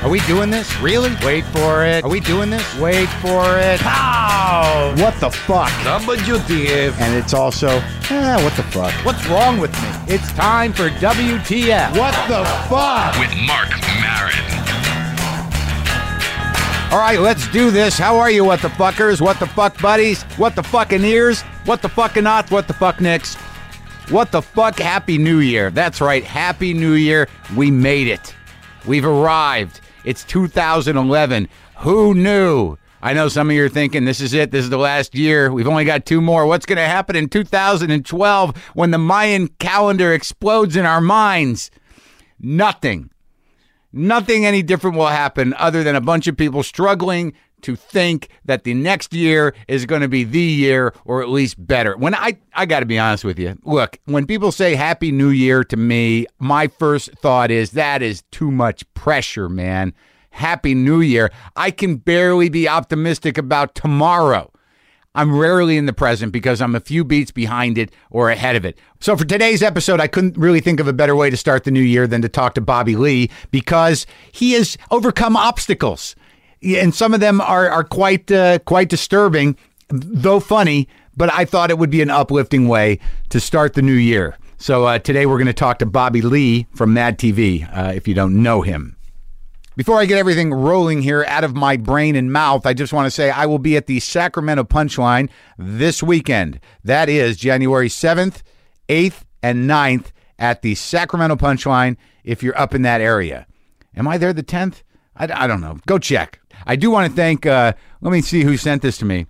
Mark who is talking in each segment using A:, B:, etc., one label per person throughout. A: Are we doing this? Really? Wait for it. Are we doing this? Wait for it. Pow! What the fuck?
B: WTF.
A: And it's also, eh, what the fuck? What's wrong with me? It's time for WTF. What the fuck?
C: With Mark Marin.
A: All right, let's do this. How are you, what the fuckers? What the fuck buddies? What the fucking ears? What the fucking not? What the fuck nicks? What the fuck? Happy New Year. That's right. Happy New Year. We made it. We've arrived. It's 2011. Who knew? I know some of you are thinking this is it. This is the last year. We've only got two more. What's going to happen in 2012 when the Mayan calendar explodes in our minds? Nothing. Nothing any different will happen other than a bunch of people struggling to think that the next year is going to be the year or at least better. When I I got to be honest with you. Look, when people say happy new year to me, my first thought is that is too much pressure, man. Happy new year. I can barely be optimistic about tomorrow. I'm rarely in the present because I'm a few beats behind it or ahead of it. So for today's episode, I couldn't really think of a better way to start the new year than to talk to Bobby Lee because he has overcome obstacles, and some of them are are quite uh, quite disturbing, though funny. But I thought it would be an uplifting way to start the new year. So uh, today we're going to talk to Bobby Lee from Mad TV. Uh, if you don't know him. Before I get everything rolling here out of my brain and mouth, I just want to say I will be at the Sacramento Punchline this weekend. That is January 7th, 8th, and 9th at the Sacramento Punchline if you're up in that area. Am I there the 10th? I, I don't know. Go check. I do want to thank, uh, let me see who sent this to me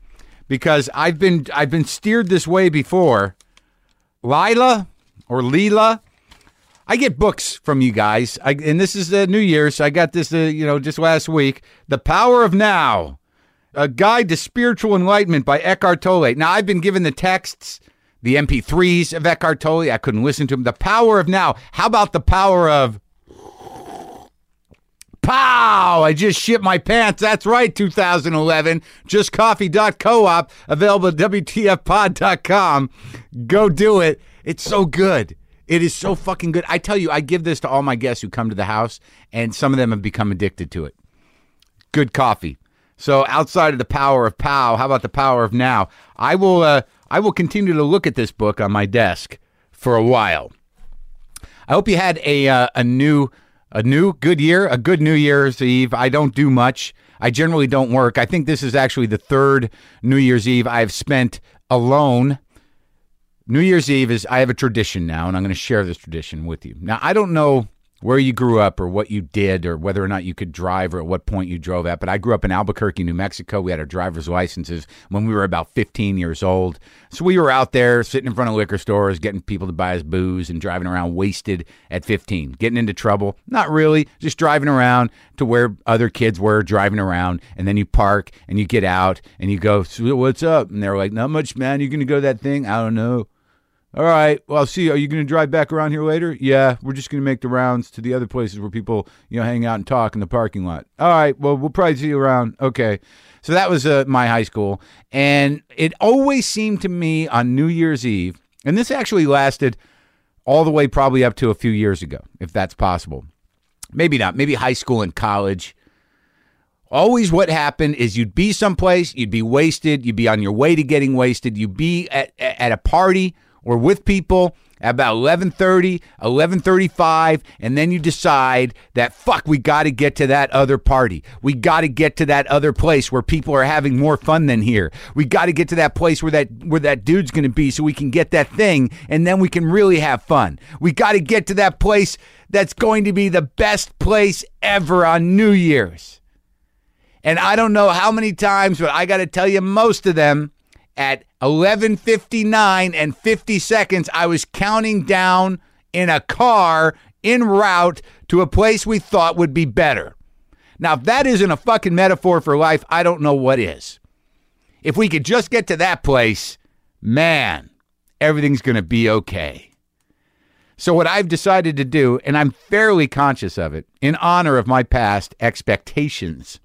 A: because I've been, I've been steered this way before. Lila or Leela. I get books from you guys, I, and this is the New Year's. I got this, uh, you know, just last week. The Power of Now, a guide to spiritual enlightenment by Eckhart Tolle. Now I've been given the texts, the MP3s of Eckhart Tolle. I couldn't listen to them. The Power of Now. How about the Power of Pow! I just shit my pants. That's right, 2011. JustCoffee.coop, available at WTFpod.com. Go do it. It's so good. It is so fucking good. I tell you, I give this to all my guests who come to the house, and some of them have become addicted to it. Good coffee. So outside of the power of pow, how about the power of now? I will uh, I will continue to look at this book on my desk for a while. I hope you had a uh, a new a new good year, a good New Year's Eve. I don't do much. I generally don't work. I think this is actually the third New Year's Eve I've spent alone. New Year's Eve is I have a tradition now, and I'm going to share this tradition with you. Now I don't know where you grew up or what you did or whether or not you could drive or at what point you drove at, but I grew up in Albuquerque, New Mexico. We had our driver's licenses when we were about 15 years old, so we were out there sitting in front of liquor stores, getting people to buy us booze and driving around wasted at 15, getting into trouble. Not really, just driving around to where other kids were driving around, and then you park and you get out and you go, "So "What's up?" And they're like, "Not much, man. You going to go to that thing? I don't know." All right. Well, I'll see. you. Are you going to drive back around here later? Yeah, we're just going to make the rounds to the other places where people, you know, hang out and talk in the parking lot. All right. Well, we'll probably see you around. Okay. So that was uh, my high school, and it always seemed to me on New Year's Eve, and this actually lasted all the way probably up to a few years ago, if that's possible. Maybe not. Maybe high school and college always what happened is you'd be someplace, you'd be wasted, you'd be on your way to getting wasted, you'd be at, at a party or with people at about 11.30 11.35 and then you decide that fuck we gotta get to that other party we gotta get to that other place where people are having more fun than here we gotta get to that place where that where that dude's gonna be so we can get that thing and then we can really have fun we gotta get to that place that's going to be the best place ever on new year's and I don't know how many times, but I got to tell you, most of them at 11:59 and 50 seconds, I was counting down in a car en route to a place we thought would be better. Now, if that isn't a fucking metaphor for life, I don't know what is. If we could just get to that place, man, everything's going to be okay. So, what I've decided to do, and I'm fairly conscious of it, in honor of my past expectations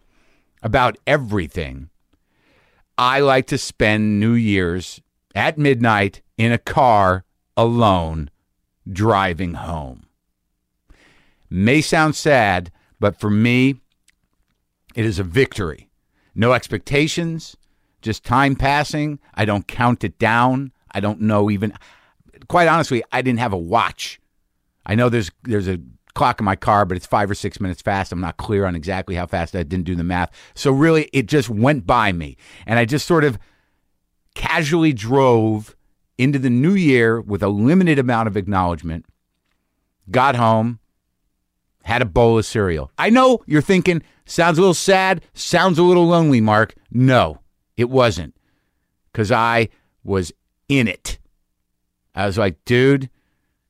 A: about everything, I like to spend New Year's at midnight in a car alone driving home. May sound sad, but for me, It is a victory. No expectations, just time passing. I don't count it down. I don't know even. Quite honestly, I didn't have a watch. I know there's there's a clock in my car, but it's five or six minutes fast. I'm not clear on exactly how fast. I didn't do the math. So really, it just went by me, and I just sort of casually drove into the new year with a limited amount of acknowledgement. Got home, had a bowl of cereal. I know you're thinking, sounds a little sad, sounds a little lonely, Mark. No, it wasn't. Because I was in it. I was like, dude,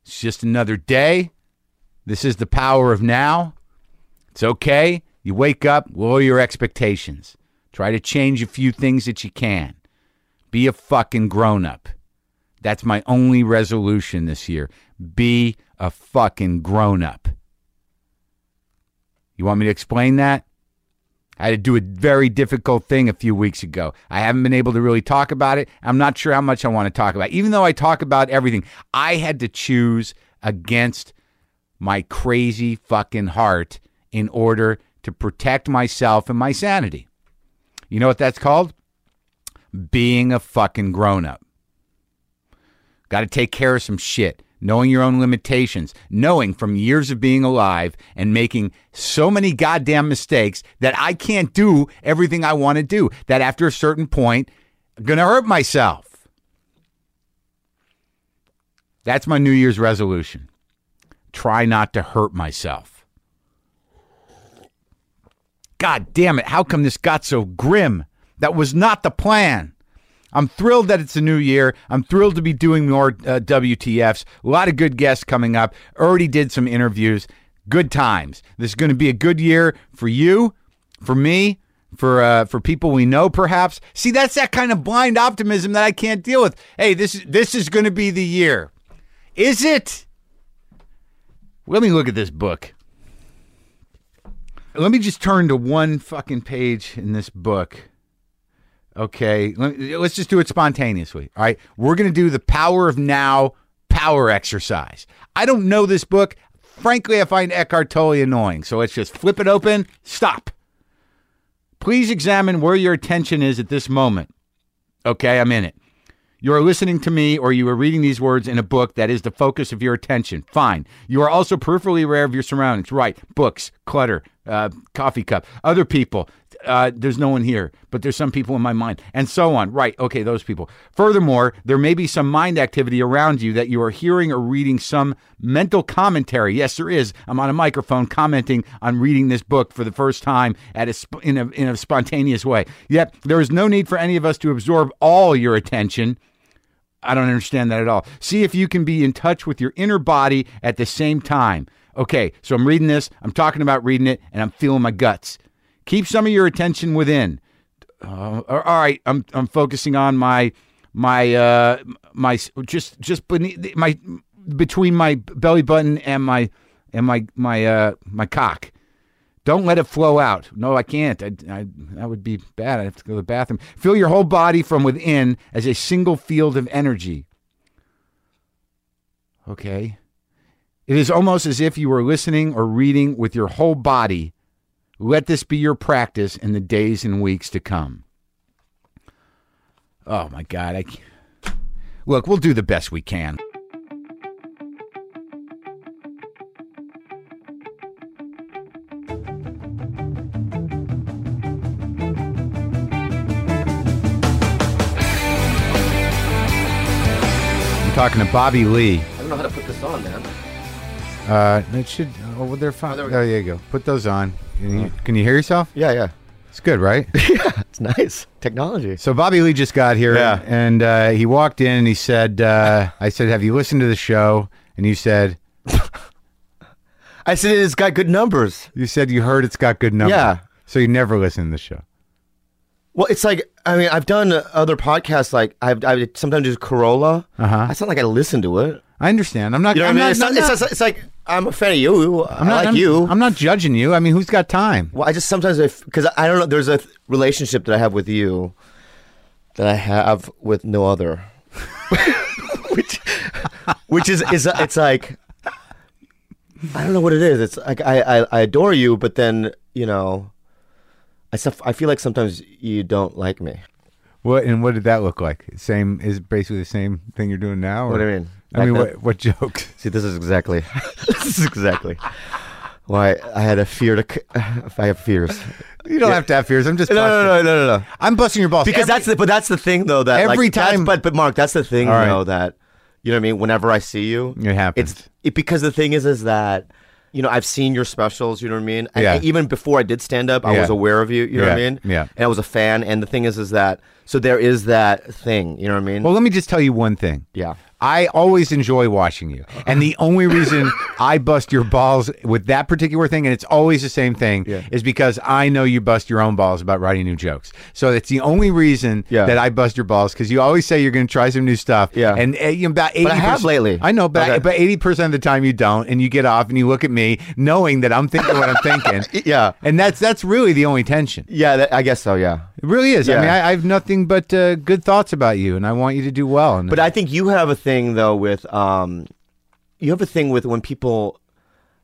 A: it's just another day. This is the power of now. It's okay. You wake up, lower your expectations. Try to change a few things that you can. Be a fucking grown up. That's my only resolution this year. Be a fucking grown up. You want me to explain that? I had to do a very difficult thing a few weeks ago. I haven't been able to really talk about it. I'm not sure how much I want to talk about. Even though I talk about everything, I had to choose against my crazy fucking heart in order to protect myself and my sanity. You know what that's called? Being a fucking grown up. Got to take care of some shit. Knowing your own limitations, knowing from years of being alive and making so many goddamn mistakes that I can't do everything I want to do, that after a certain point, I'm going to hurt myself. That's my New Year's resolution. Try not to hurt myself. God damn it, how come this got so grim? That was not the plan. I'm thrilled that it's a new year. I'm thrilled to be doing more uh, WTFs. A lot of good guests coming up. Already did some interviews. Good times. This is going to be a good year for you, for me, for uh, for people we know, perhaps. See, that's that kind of blind optimism that I can't deal with. Hey, this this is going to be the year. Is it? Let me look at this book. Let me just turn to one fucking page in this book. Okay, let, us just do it spontaneously. All right, we're going to do the power of now power exercise. I don't know this book. Frankly, I find Eckhart Tolle annoying. So let's just flip it open. Stop. Please examine where your attention is at this moment. Okay, I'm in it. You are listening to me or you are reading these words in a book that is the focus of your attention. Fine. You are also peripherally aware of your surroundings. Right. Books, clutter, uh, coffee cup, other people. Uh, there's no one here, but there's some people in my mind, and so on. Right. Okay, those people. Furthermore, there may be some mind activity around you that you are hearing or reading some mental commentary. Yes, there is. I'm on a microphone commenting on reading this book for the first time at a sp- in, a, in a spontaneous way. Yet, there is no need for any of us to absorb all your attention. I don't understand that at all. See if you can be in touch with your inner body at the same time. Okay, so I'm reading this, I'm talking about reading it, and I'm feeling my guts. Keep some of your attention within. Uh, all right, I'm I'm focusing on my my uh my just just beneath my between my belly button and my and my my uh my cock. Don't let it flow out. No, I can't. I, I, that would be bad. I have to go to the bathroom. Feel your whole body from within as a single field of energy. Okay. It is almost as if you were listening or reading with your whole body. Let this be your practice in the days and weeks to come. Oh my God. I can't. Look, we'll do the best we can. I'm talking to Bobby Lee.
B: I don't know how to put this on, man.
A: Uh, it should. Oh, well, they're fine.
B: there
A: Oh,
B: we Uh-huh.
A: there you go. Put those on. Can you, can you hear yourself?
B: Yeah, yeah.
A: It's good, right?
B: It's nice. Technology.
A: so Bobby Lee just got here,
B: Yeah.
A: and uh, he walked in and he said, uh, "I said, have you listened to the show?" And you said,
B: I said it's got good numbers.
A: "You said you heard it's got good numbers."
B: Yeah.
A: So you never listened to the show.
B: Well, it's like I mean, I've done uh, other podcasts like I've I sometimes do Corolla.
A: Uh-huh.
B: It's not like I listen to it.
A: I understand. I'm not.
B: You know what
A: I'm
B: I mean?
A: not-
B: it's, not,
A: I'm
B: it's,
A: not-
B: it's- it's like I'm a fan of you. i
A: I'm not-
B: like
A: I'm-
B: you.
A: I'm not judging you. I mean, who's got time?
B: well, I just sometimes because I, I don't know. There's a th- relationship that I have with you that I have with no other, which which is is it's like I don't know what it is. It's like I I, I adore you, but then you know. I, suff- I feel like sometimes you don't like me.
A: What and what did that look like? Same is basically the same thing you're doing now. Or?
B: What do you mean?
A: I mean,
B: Back
A: what
B: then?
A: what jokes?
B: See, this is exactly this is exactly why I had a fear to. c- I have fears.
A: You don't have to have fears. I'm just busting.
B: no, no, no.
A: I'm busting your balls
B: Because
A: Every-
B: that's the but that's the thing though that
A: Every
B: like, that's-
A: time-
B: But but Mark, that's the thing
A: All right.
B: though that you know what I mean. Whenever I see you,
A: It happens.
B: It's it, because the thing is is that you know I've seen your specials. You know what I mean. And
A: Yeah.
B: even before I did stand up, I
A: Yeah.
B: was aware of you. You know what
A: Yeah.
B: I mean.
A: Yeah.
B: And I was a fan. And the thing is is that so there is that thing. You know what I mean.
A: Well, let me just tell you one thing.
B: Yeah.
A: I always enjoy watching you. And the only reason I bust your balls with that particular thing, and it's always the same thing,
B: Yeah.
A: is because I know you bust your own balls about writing new jokes. So that's the only reason
B: Yeah.
A: that I bust your balls because you always say you're going to try some new stuff.
B: Yeah.
A: And uh, you know, about 80
B: I have lately.
A: I know, but,
B: Okay.
A: but 80% of the time you don't. And you get off and you look at me knowing that I'm thinking what I'm thinking.
B: Yeah.
A: And that's that's really the only tension.
B: yeah, that, I guess so. Yeah.
A: It really is. I
B: Yeah.
A: mean, I, I have nothing but uh, good thoughts about you, and I want you to do well. And
B: But I think you have a thing though with um, you have a thing with when people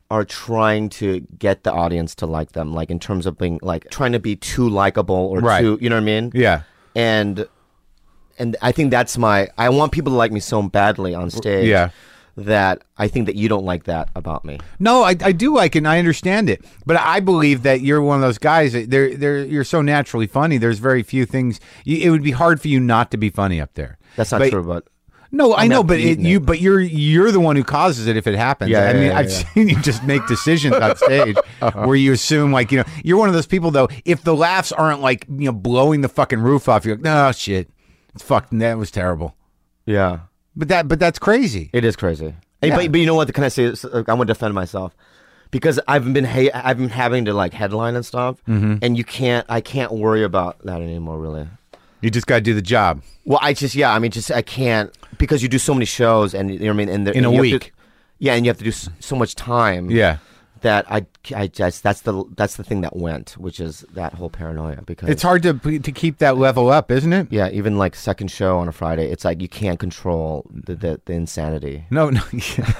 B: are trying to get the audience to like them, like in terms of being like trying to be too likable or
A: Right.
B: too, you know what I mean?
A: yeah.
B: And and I think that's my I want people to like me so badly on stage.
A: Yeah.
B: That I think that you don't like that about me.
A: No, I, I do like it and I understand it. But I believe that you're one of those guys that they're, they're, you're so naturally funny. There's very few things. You, it would be hard for you not to be funny up there.
B: That's not
A: But-
B: true, but
A: No, i
B: I'm
A: know,
B: not
A: but it,
B: eating
A: you
B: it.
A: but you're you're the one who causes it if it happens.
B: Yeah,
A: I
B: yeah,
A: mean,
B: yeah,
A: I've
B: yeah.
A: seen you just make decisions on stage where you assume like, you know, you're one of those people though, if the laughs aren't like, you know, blowing the fucking roof off, you're like, "Oh shit. It's fucked. That was terrible."
B: yeah.
A: But that but that's crazy.
B: It is crazy. Hey,
A: Yeah.
B: But, but you know what? Can I say? this? Uh, I want to defend myself because I've been ha- I've been having to like headline and stuff,
A: Mm-hmm.
B: and you can't. I can't worry about that anymore. Really.
A: You just got to do the job.
B: Well, I just yeah. I mean, just I can't because you do so many shows, and you know what I mean. And the,
A: In
B: and
A: a
B: you have
A: week.
B: to- yeah, and you have to do s- so much time.
A: Yeah.
B: That I, I just that's the that's the thing that went, which is that whole paranoia because
A: It's hard to to keep that level up, isn't it?
B: yeah, even like second show on a Friday, it's like you can't control the the, the insanity.
A: No, no, yeah.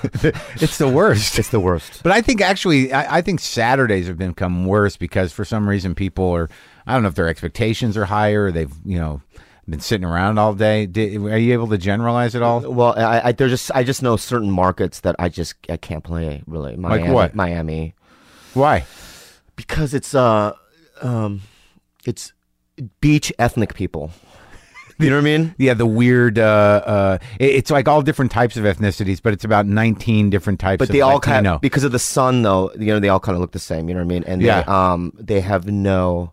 A: it's the worst.
B: It's the worst.
A: But I think actually, I, I think Saturdays have become worse because for some reason people are, I don't know if their expectations are higher. Or they've you know been sitting around all day. Di are you able to generalize at all?
B: Well, I, I there's just I just know certain markets that I just I can't play really. Miami,
A: what?
B: Miami,
A: Why?
B: because it's uh, um, it's beach ethnic people. You know what I mean?
A: Yeah, the weird. Uh, uh, it- it's like all different types of ethnicities, but it's about nineteen different types.
B: But
A: of
B: they all
A: Latino.
B: kind of because of the sun though. You know they all kind of look the same. You know what I mean? And
A: Yeah.
B: they, um, they have no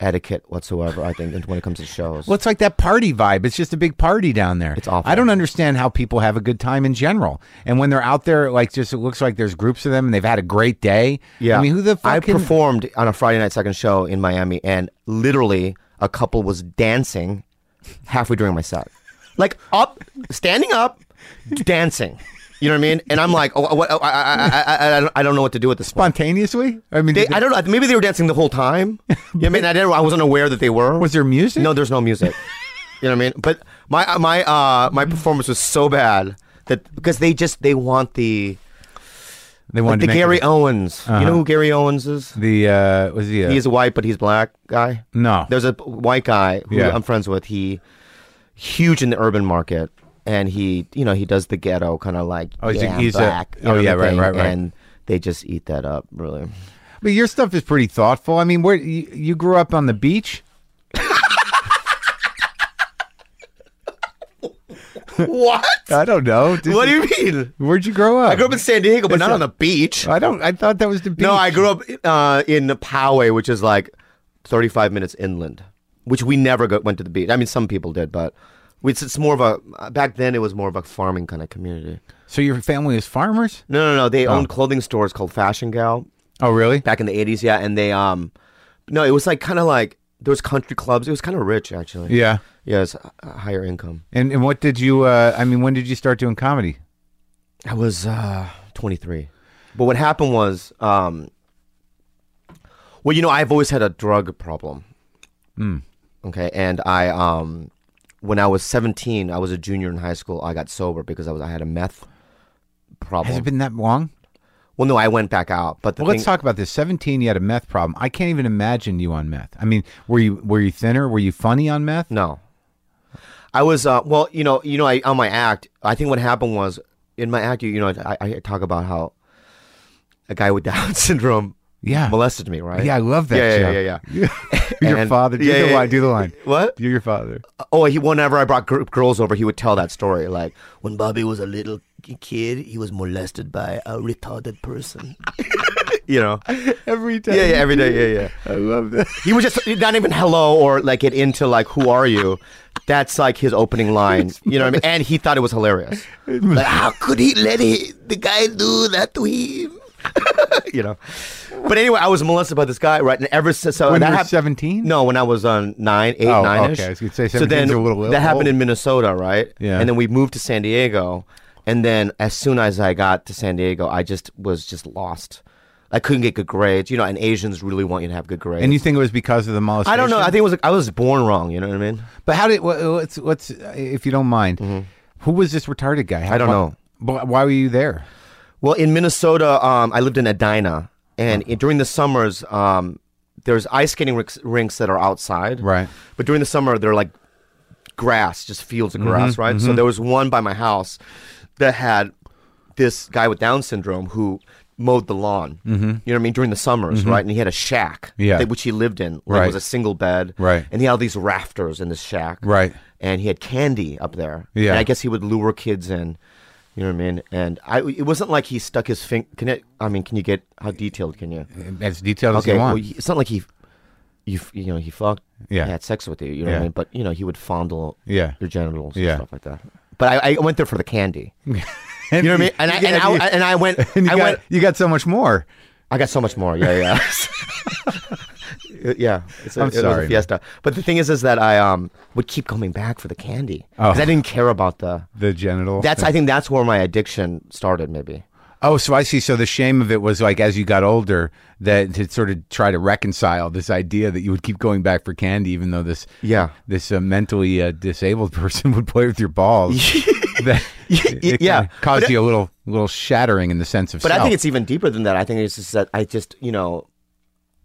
B: etiquette whatsoever. I think when it comes to shows.
A: Well, it's like that party vibe. It's just a big party down there.
B: It's awful.
A: I don't understand how people have a good time in general. And when they're out there, like, just it looks like there's groups of them and they've had a great day.
B: Yeah.
A: I mean, who the fuck?
B: I
A: can-
B: performed on a Friday night second show in Miami, and literally a couple was dancing halfway during my set, like up, standing up, dancing. You know what I mean? And I'm like, oh, what, oh, I, I, I, I- I, I, don't- I don't know what to do with this. Point.
A: spontaneously? I mean,
B: They,
A: did they-
B: I don't know. Maybe they were dancing the whole time. You know what I mean, I didn't. I wasn't aware that they were.
A: was there music?
B: No, there's no music. you know what I mean? But my uh, my uh my performance was so bad that because they just they want the
A: they
B: like
A: wanted to
B: the
A: make
B: Gary
A: it- Uh-huh.
B: Owens. You know who Gary Owens is?
A: The uh, was he? A,
B: He's white, but he's black guy.
A: no.
B: There's a white guy who
A: Yeah.
B: I'm friends with. He huge in the urban market, and he you know he does the ghetto kind of like
A: Oh, he's a-
B: yeah, I'm
A: he's a-
B: black. you
A: oh,
B: know,
A: yeah,
B: the
A: right,
B: thing,
A: right, right.
B: And they just eat that up, really.
A: But your stuff is pretty thoughtful. I mean, where you, you grew up on the beach?
B: What?
A: I don't know. Did
B: what do you mean?
A: Where'd you grow up?
B: I grew up in San Diego, but not on the beach.
A: I don't. I thought that was the beach.
B: No, I grew up uh, in Poway, which is like 35 minutes inland, which we never go, went to the beach. I mean, some people did, but it's, it's more of a back then. It was more of a farming kind of community.
A: So your family is farmers?
B: No, no, no. They owned clothing stores called Fashion Gal
A: Oh, really?
B: back in the 80s. Yeah, and they um, no, it was like kind of like there was country clubs. It was kind of rich actually.
A: Yeah.
B: yeah, it was uh, higher income.
A: And and what did you? Uh, I mean, when did you start doing comedy?
B: I was uh, 23. But what happened was, um, well, you know, I've always had a drug problem.
A: Mm.
B: Okay, and I, um, when I was 17, I was a junior in high school. I got sober because I was I had a meth
A: Has
B: problem.
A: it been that long?
B: Well, no, I went back out, but the
A: Well,
B: thing,
A: let's talk about this. Seventeen, you had a meth problem. I can't even imagine you on meth. I mean, were you were you thinner? Were you funny on meth?
B: No. I was uh, well, you know, you know, I, on my act. I think what happened was in my act, you, you know, I, I talk about how a guy with Down syndrome
A: Yeah.
B: molested me, right?
A: Yeah, I love that
B: Yeah,
A: show.
B: yeah, yeah, yeah.
A: Your
B: And-
A: father. Do
B: yeah,
A: the
B: yeah,
A: line. Do the line.
B: What?
A: You're your father.
B: Oh, he whenever I brought gr- girls over, he would tell that story. Like when Bobby was a little k- kid, he was molested by a retarded person. you know?
A: Every time.
B: Yeah, yeah, every day. Yeah, yeah.
A: I love that.
B: He was just not even hello or like get into like who are you. That's like his opening line. You know what I mean? And he thought it was hilarious. Like how could he let he, the guy do that to him? you know. But anyway, I was molested by this guy, right? And ever since so
A: When
B: that
A: you were
B: hap-
A: 17?
B: No, when I was on nine, eight,
A: Oh,
B: nine.
A: okay. I was gonna say
B: so
A: 17's
B: then
A: a little
B: that happened
A: old.
B: in Minnesota, right?
A: Yeah.
B: And then we moved to San Diego, and then as soon as I got to San Diego, I just was just lost. I couldn't get good grades, you know. And Asians really want you to have good grades.
A: And you think it was because of the molestation?
B: I don't know. I think it was like, I was born wrong. You know what I mean?
A: But how did? wha- What's? What's? If you don't mind, who was this retarded guy?
B: Mm-hmm. I don't
A: Why-
B: know.
A: Why, why were you there?
B: Well, in Minnesota, um, I lived in Edina, and it- during the summers, um, there's ice skating rinks, rinks that are outside.
A: Right.
B: But during the summer, they're like grass, just fields of grass, right? So there was one by my house that had this guy with Down syndrome who mowed the lawn. Mm-hmm. You know what I mean? During the summers, right? And he had a shack,
A: Yeah.
B: that, which he lived in. Like,
A: Right.
B: It was a single bed,
A: Right.
B: And he had all these rafters in this shack,
A: Right.
B: and he had candy up there.
A: Yeah.
B: And I guess he would lure kids in. You know what I mean? And I, it wasn't like he stuck his finger. Can it? I mean, can you get how detailed can you?
A: As detailed as
B: Okay,
A: you
B: well,
A: want.
B: he- it's not like he, you, f- you know, he fucked.
A: Yeah.
B: Had sex with you. You know what
A: Yeah.
B: I mean? But you know, he would fondle.
A: Yeah.
B: Your genitals.
A: Yeah.
B: And stuff like that. But I, I went there for the candy. You know what I mean? And I and I, and I went.
A: And you
B: I
A: got
B: went.
A: you got so much more.
B: I got so much more. Yeah, yeah. Uh, yeah, it's a,
A: I'm
B: it was
A: sorry,
B: a
A: man.
B: fiesta. But the thing is, is that I um would keep coming back for the candy because
A: Oh.
B: I didn't care about the.
A: The genital.
B: That's I think that's where my addiction started. Maybe
A: Oh, so I see. So the shame of it was like as you got older, that to sort of try to reconcile this idea that you would keep going back for candy, even though this
B: Yeah.
A: this uh, mentally uh, disabled person would play with your balls. that it kinda
B: Yeah.
A: caused
B: But it-
A: you a little little shattering in the sense of.
B: But I
A: self.
B: think it's even deeper than that. I think it's just that I just, you know,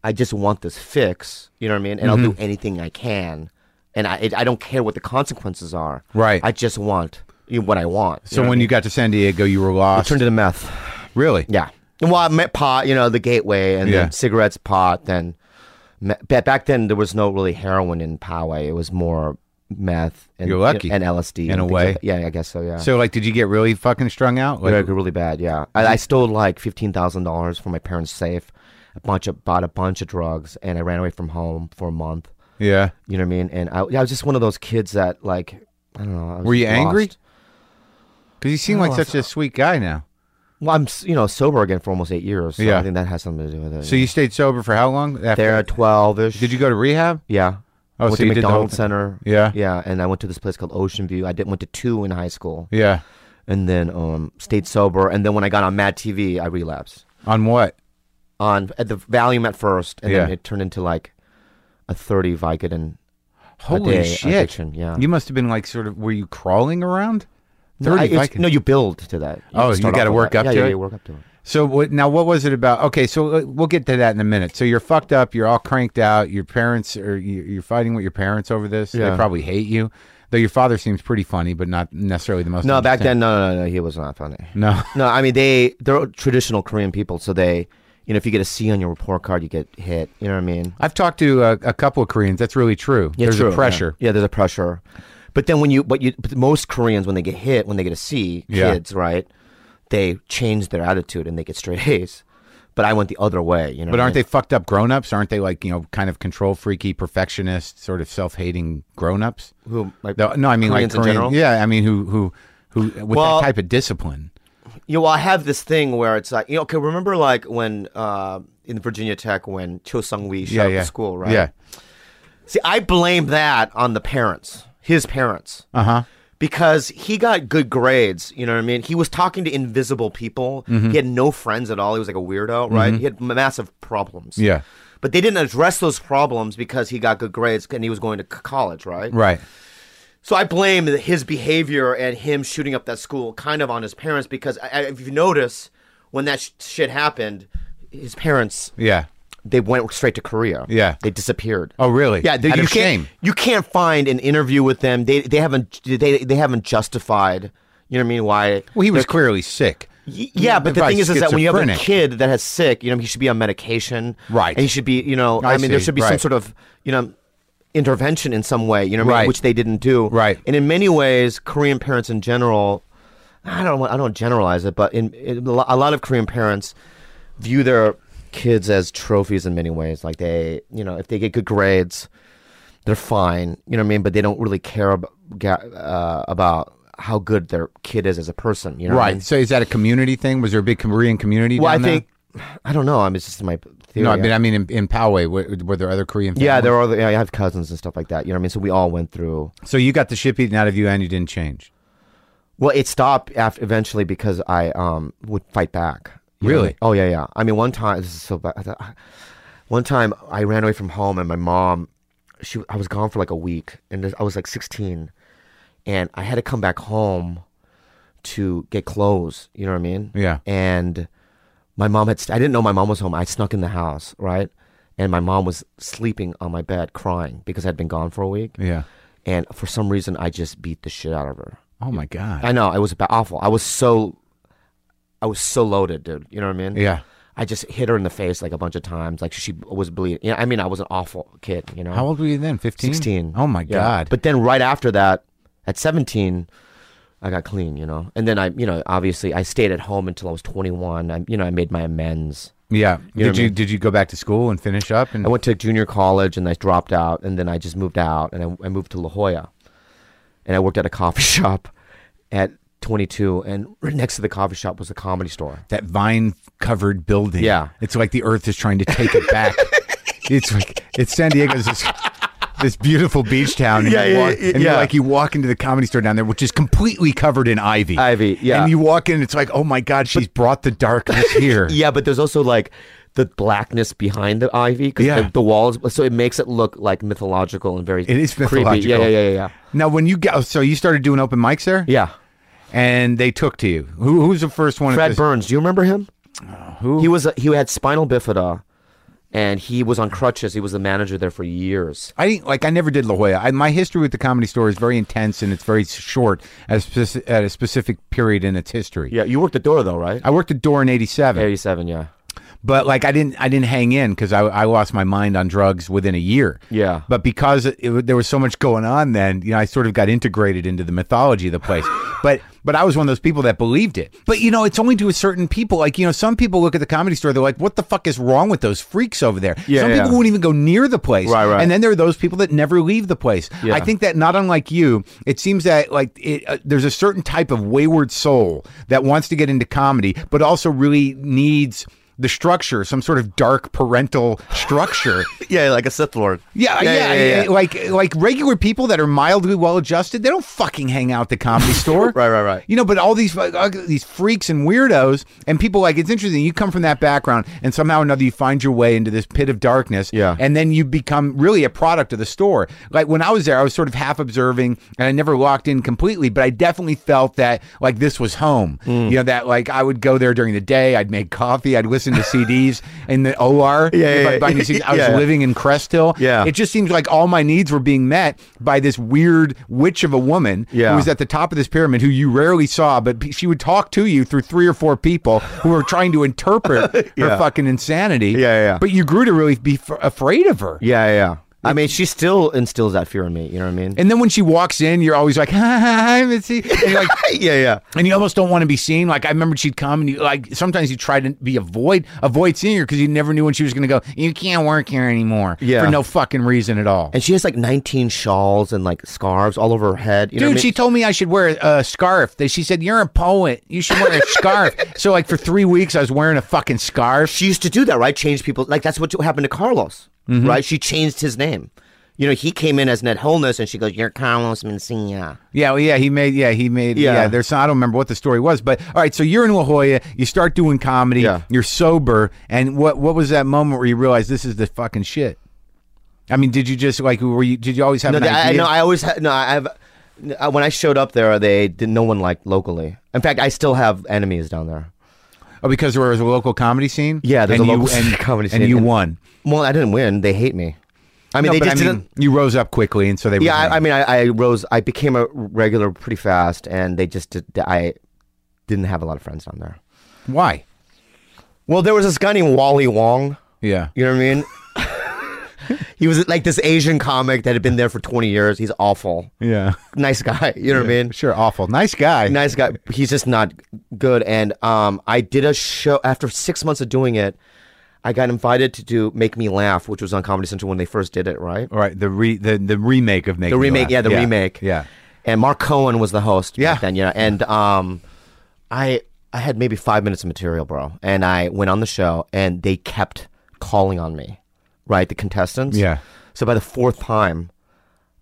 B: I just want this fix. You know what I mean? And I'll
A: Mm-hmm.
B: do anything I can, and I, it, I don't care what the consequences are.
A: Right.
B: I just want you know, what I want.
A: so. When you got to San Diego, you were lost.
B: turned into meth.
A: really?
B: Yeah. And Well, I met pot. You know, the gateway, and
A: Yeah.
B: then cigarettes, pot. Then, me- ba- back then there was no really heroin in Poway. It was more meth. And,
A: You're lucky.
B: And LSD.
A: In
B: and
A: a
B: things
A: way.
B: like that. yeah, I guess so. Yeah.
A: So like, did you get really fucking strung out? Like,
B: Like, really bad, yeah. I, I stole like fifteen thousand dollars from my parents' safe, a bunch of bought a bunch of drugs, and I ran away from home for a month.
A: yeah.
B: You know what I mean? And I, I was just one of those kids that like I don't know. I was
A: Were you
B: lost.
A: angry? Because you seem like
B: Oh,
A: such a sweet guy now.
B: Well, I'm s- you know sober again for almost eight years. So
A: Yeah.
B: I think that has something to do with it.
A: So you stayed sober for how long? After?
B: there at twelve ish.
A: Did you go to rehab?
B: Yeah.
A: Oh,
B: went
A: so
B: to
A: you did the whole
B: McDonald's
A: thing.
B: Center.
A: Yeah.
B: Yeah, and I went to this place called Ocean View. I did went to two in high school,
A: Yeah.
B: and then um stayed sober. And then when I got on Mad TV, I relapsed.
A: On what?
B: on at the Valium at first, and then
A: Yeah.
B: it turned into like a thirty Vicodin.
A: Holy
B: day
A: shit!
B: addiction, yeah.
A: You must have been like sort of. Were you crawling around?
B: I-
A: Thirty.
B: it's-
A: Viking.
B: no, you build to that.
A: Oh, you
B: start off
A: gotta
B: with
A: work
B: that.
A: up
B: yeah,
A: to
B: yeah,
A: it?
B: You work up to it.
A: So what, now, what was it about? Okay, so uh, we'll get to that in a minute. So you're fucked up. You're all cranked out. Your parents are. you- You're fighting with your parents over this. They
B: Yeah.
A: probably hate you. Though your father seems pretty funny, but not necessarily the most.
B: No, back
A: understanding.
B: then, no, no, no, he was not funny.
A: No.
B: No, I mean they they're traditional Korean people, so they, you know, if you get a C on your report card, you get hit. You know what I mean?
A: I've talked to a, a couple of Koreans. That's really true.
B: Yeah,
A: There's
B: true,
A: a pressure.
B: Yeah. Yeah, there's a pressure. But then when you, but you, but most Koreans when they get hit, when they get a C,
A: Yeah.
B: kids, right? They change their attitude and they get straight A's. But I went the other way, you know.
A: But
B: what I
A: aren't
B: mean?
A: they fucked up grown-ups? Aren't they like you know kind of control freaky, perfectionist, sort of self-hating grown-ups?
B: Who, like,
A: No, no, I mean
B: Koreans in
A: like Korean.
B: general?
A: yeah, I mean who who who with
B: Well-
A: that type of discipline.
B: you know, well, I have this thing where it's like, you know, okay, remember like when uh, in Virginia Tech when Cho Sung Wee shot
A: Yeah,
B: up
A: yeah.
B: the school, right?
A: Yeah.
B: See, I blame that on the parents, his parents. Uh
A: Uh-huh.
B: huh. Because he got good grades, you know what I mean? He was talking to invisible people.
A: Mm-hmm.
B: He had no friends at all. He was like a weirdo, right? He had massive problems.
A: Yeah.
B: But they didn't address those problems because he got good grades and he was going to c- college, right?
A: Right.
B: So I blame his behavior and him shooting up that school kind of on his parents because I, I- if you notice, when that sh- shit happened, his parents
A: Yeah.
B: they went straight to Korea.
A: Yeah.
B: they disappeared.
A: Oh, really?
B: Yeah, they,
A: Out
B: you
A: of
B: can't
A: shame.
B: you can't find an interview with them. They they haven't they they haven't justified. You know what I mean? Why?
A: Well, he was clearly sick.
B: Y- Yeah, but the
A: Probably
B: thing is, is that when you have a
A: schizophrenic.
B: kid that has sick, you know, he should be on medication,
A: Right.
B: And he should be, you know, I,
A: I
B: mean, there
A: see,
B: should be some
A: right.
B: sort of, you know, intervention in some way, you know, what I mean,
A: Right.
B: which they didn't do,
A: Right.
B: And in many ways, Korean parents in general, I don't, want- I don't generalize it, but in, in a lo- a lot of Korean parents view their kids as trophies in many ways. Like they, you know, if they get good grades, they're fine, you know what I mean. But they don't really care about uh, about how good their kid is as a person, you know. what I mean?
A: Right. So is that a community thing? Was there a big Korean community?
B: Well, I
A: down there?
B: think I don't know. I mean, it's just my theory.
A: No, I mean, I mean, in, in Poway, were, were there other Korean?
B: yeah,
A: families?
B: there are. Yeah, I have cousins and stuff like that. You know what I mean? So we all went through.
A: So you got the shit beaten out of you, and you didn't change.
B: Well, it stopped after eventually because I um would fight back. You know
A: Really?
B: what I mean? Oh yeah, yeah. I mean, one time this is so bad. I thought- One time I ran away from home and my mom, she I was gone for like a week and this- I was like 16, and I had to come back home to get clothes. You know what I mean?
A: Yeah.
B: And my mom had I didn't know my mom was home. I snuck in the house, right? And my mom was sleeping on my bed crying because I'd been gone for a week.
A: Yeah.
B: And for some reason, I just beat the shit out of her.
A: Oh my god.
B: I know it was ba- awful. I was so, I was so loaded, dude. You know what I mean?
A: Yeah.
B: I just hit her in the face like a bunch of times. Like she was bleeding. You know, I mean, I was an awful kid. You know,
A: How old were you then? Fifteen.
B: Sixteen.
A: Oh my
B: Yeah.
A: god.
B: But then right after that, at seventeen, I got clean. You know, and then I, you know, obviously I stayed at home until I was twenty-one. I, you know, I made my amends.
A: yeah.
B: know
A: did
B: what I
A: you
B: mean?
A: did you go back to school and finish up? And
B: I went to junior college and I dropped out, and then I just moved out and I, I moved to La Jolla, and I worked at a coffee shop at 22, and right next to the coffee shop was a comedy store.
A: that vine covered building.
B: Yeah.
A: It's like the earth is trying to take it back. it's like it's San Diego's this, this beautiful beach town. And
B: Yeah,
A: you
B: yeah,
A: walk,
B: yeah,
A: And you're
B: yeah.
A: like you walk into the comedy store down there, which is completely covered in ivy.
B: Ivy, yeah.
A: And you walk in, it's like, oh my God, she's brought the darkness here.
B: Yeah, but there's also like the blackness behind the ivy because
A: Yeah.
B: the, the walls, so it makes it look like mythological and very.
A: It is
B: creepy. Yeah,
A: mythological.
B: yeah, yeah, yeah, yeah.
A: Now when you got so you started doing open mics there?
B: Yeah.
A: And they took to you. Who who's the first one at
B: Fred
A: this-
B: Burns, do you remember him?
A: who?
B: He was a, he had spinal bifida, and he was on crutches. He was the manager there for years.
A: I didn't like. I never did La Jolla. I, my history with the Comedy Store is very intense and it's very short at a, speci- at a specific period in its history.
B: Yeah, you worked the door though, right?
A: I worked at Door in '87,
B: Eighty-seven. Yeah.
A: but like I didn't, I didn't hang in because I, I lost my mind on drugs within a year.
B: Yeah.
A: But because it, it, there was so much going on, then you know I sort of got integrated into the mythology of the place. but but I was one of those people that believed it. But you know, it's only to a certain people. Like you know, some people look at the Comedy Store, they're like, "What the fuck is wrong with those freaks over there?"
B: Yeah,
A: some people
B: yeah.
A: won't even go near the place.
B: Right, right.
A: And then there are those people that never leave the place.
B: Yeah.
A: I think that not unlike you, it seems that like it, uh, there's a certain type of wayward soul that wants to get into comedy, but also really needs the structure, some sort of dark parental structure.
B: Yeah, like a Sith Lord.
A: Yeah, yeah, yeah. Like like regular people that are mildly well adjusted, they don't fucking hang out at the comedy store.
B: Right, right, right.
A: You know, but all these like, uh, these freaks and weirdos and people like it's interesting. You come from that background, and somehow or another you find your way into this pit of darkness.
B: Yeah.
A: and then you become really a product of the store. Like when I was there, I was sort of half observing, and I never locked in completely, but I definitely felt that like this was home.
B: Hmm.
A: You know, that like I would go there during the day, I'd make coffee, I'd listen to CDs in the OR.
B: Yeah,
A: if
B: yeah,
A: I'd buy new
B: yeah.
A: CDs. I was
B: Yeah, yeah.
A: living living in Crest Hill.
B: Yeah.
A: It just seems like all my needs were being met by this weird witch of a woman
B: Yeah.
A: who was at the top of this pyramid who you rarely saw, but p- she would talk to you through three or four people who were trying to interpret her
B: Yeah.
A: fucking insanity.
B: Yeah, yeah, yeah.
A: But you grew to really be f- afraid of her.
B: Yeah, yeah. I mean, she still instills that fear in me. You know what I mean?
A: And then when she walks in, you're always like, hi, Mitzi. And you're like,
B: yeah, yeah.
A: and you almost don't want to be seen. Like I remember she'd come and you like sometimes you try to be avoid avoid seeing her because you never knew when she was going to go. You can't work here anymore
B: Yeah.
A: for no fucking reason at all.
B: And she has like 19 shawls and like scarves all over her head. You know
A: Dude,
B: what I
A: she
B: mean?
A: told me I should wear a scarf. They- She said, You're a poet. You should wear a scarf. so, like, for three weeks, I was wearing a fucking scarf.
B: she used to do that, right? Change people. Like that's what happened to Carlos, right? She changed his name. You know, he came in as Ned Holness, and she goes, "You're Carlos Mencia."
A: Yeah, well, yeah, he made, yeah, he made, yeah.
B: Yeah.
A: there's, I don't remember what the story was, but all right, so you're in La Jolla, you start doing comedy,
B: Yeah.
A: you're sober, and what what was that moment where you realized this is the fucking shit? I mean, did you just, like, were you, did you always have
B: No,
A: an
B: th- I,
A: idea?
B: no, I always ha- no. I have uh, when I showed up there, they did no one liked locally. In fact, I still have enemies down there.
A: Oh, because there was a local comedy scene.
B: Yeah, there's
A: and
B: a
A: you-
B: local
A: and-
B: comedy
A: and
B: scene.
A: you won.
B: Well, I didn't win. They hate me. I mean,
A: No,
B: they
A: but
B: just
A: I mean,
B: didn't.
A: You rose up quickly, and so they.
B: Yeah,
A: were
B: I, I mean, I, I rose. I became a regular pretty fast, and they just did, I didn't have a lot of friends down there.
A: why?
B: Well, there was this guy named Wally Wong.
A: Yeah.
B: You know what I mean? he was like this Asian comic that had been there for 20 years. He's awful.
A: Yeah.
B: Nice guy. You know what I mean?
A: Sure. Awful. Nice guy.
B: Nice guy. He's just not good. And um, I did a show after six months of doing it. I got invited to do Make Me Laugh, which was on Comedy Central when they first did it, right?
A: All right. The re the, the remake of Make
B: The
A: Me
B: remake,
A: Laugh.
B: yeah, the remake.
A: Yeah.
B: And Mark Cohen was the host
A: Yeah.
B: back then, yeah. And um, I I had maybe five minutes of material, bro. And I went on the show, and they kept calling on me, right? The contestants,
A: Yeah.
B: So by the fourth time,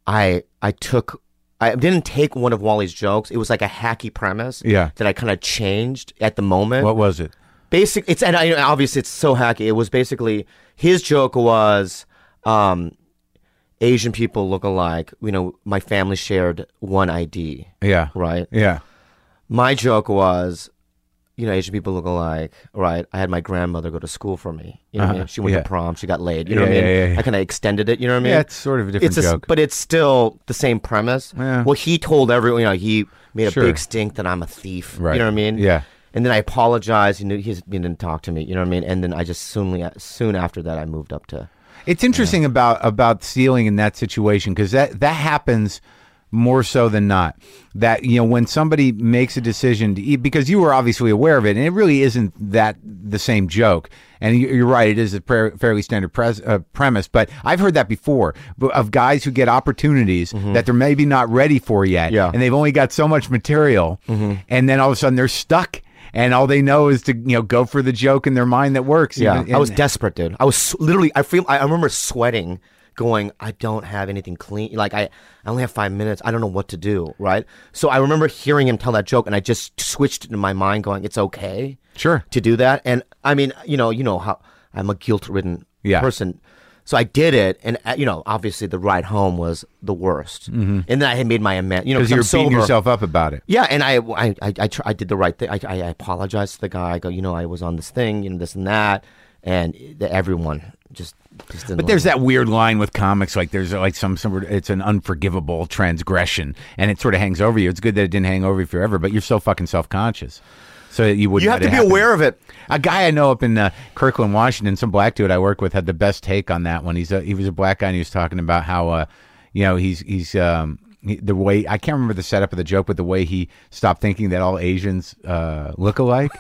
B: I I took I didn't take one of Wally's jokes. It was like a hacky premise,
A: Yeah.
B: that I kind of changed at the moment
A: What was it?
B: basic it's and I, obviously it's so hacky it was basically his joke was um asian people look alike you know my family shared one id
A: Yeah.
B: right
A: Yeah.
B: my joke was you know asian people look alike right i had my grandmother go to school for me you know what I mean? she went
A: Uh-huh. yeah.
B: to prom she got laid you know
A: Yeah,
B: what i mean
A: yeah, yeah, yeah.
B: i kind of extended it you know what i mean
A: Yeah, it's sort of a different
B: it's a s-
A: joke.
B: but it's still the same premise
A: Yeah.
B: well he told everyone you know he made a
A: Sure.
B: big stink that i'm a thief
A: Right.
B: you know what i mean
A: Yeah.
B: and then I apologized. He knew he just- he didn't talk to me. You know what I mean? And then I just soon soon after that I moved up to.
A: It's interesting about about stealing in that situation because that that happens more so than not. That you know when somebody makes a decision to eat because you were obviously aware of it, and it really isn't that the same joke. And you- you're right; it is a pra- fairly standard pres- uh, premise. But I've heard that before b- of guys who get opportunities that they're maybe not ready for yet,
B: Mm-hmm. Yeah. Mm-hmm.
A: and they've only got so much material, and then all of a sudden they're stuck. And all they know is to you know go for the joke in their mind that works. even-
B: I was
A: and-
B: desperate, dude. I was s- literally. I feel. I I remember sweating, going. I don't have anything clean. Like I, I only have five minutes. I don't know what to do. Right. So I remember hearing him tell that joke, and I just switched it in my mind, going, "It's okay."
A: Sure.
B: to do that. And I mean, you know, you know how I'm a guilt-ridden
A: Yeah.
B: person. So I did it, and uh, you know, obviously the ride home was the worst. Mm-hmm. And then I had made my amends. You know,
A: because
B: I'm
A: you're beating
B: sober.
A: yourself up about it.
B: Yeah, and I I I, I, tr- I did the right thing. I, I I apologized to the guy. I go, you know, I was on this thing, you know, this and that, and the, everyone just just didn't.
A: But there's that weird line with comics, like there's like some sort of it's an unforgivable transgression, and it sort of hangs over you. It's good that it didn't hang over you forever, but you're so fucking self conscious, so that you wouldn't.
B: You have
A: let
B: to
A: it
B: be
A: happen.
B: aware of it.
A: A guy I know up in uh, Kirkland, Washington, some black dude I work with had the best take on that one. He's a, he was a black guy and he was talking about how uh, you know he's he's um, he, the way I can't remember the setup of the joke, but the way he stopped thinking that all Asians uh, look alike.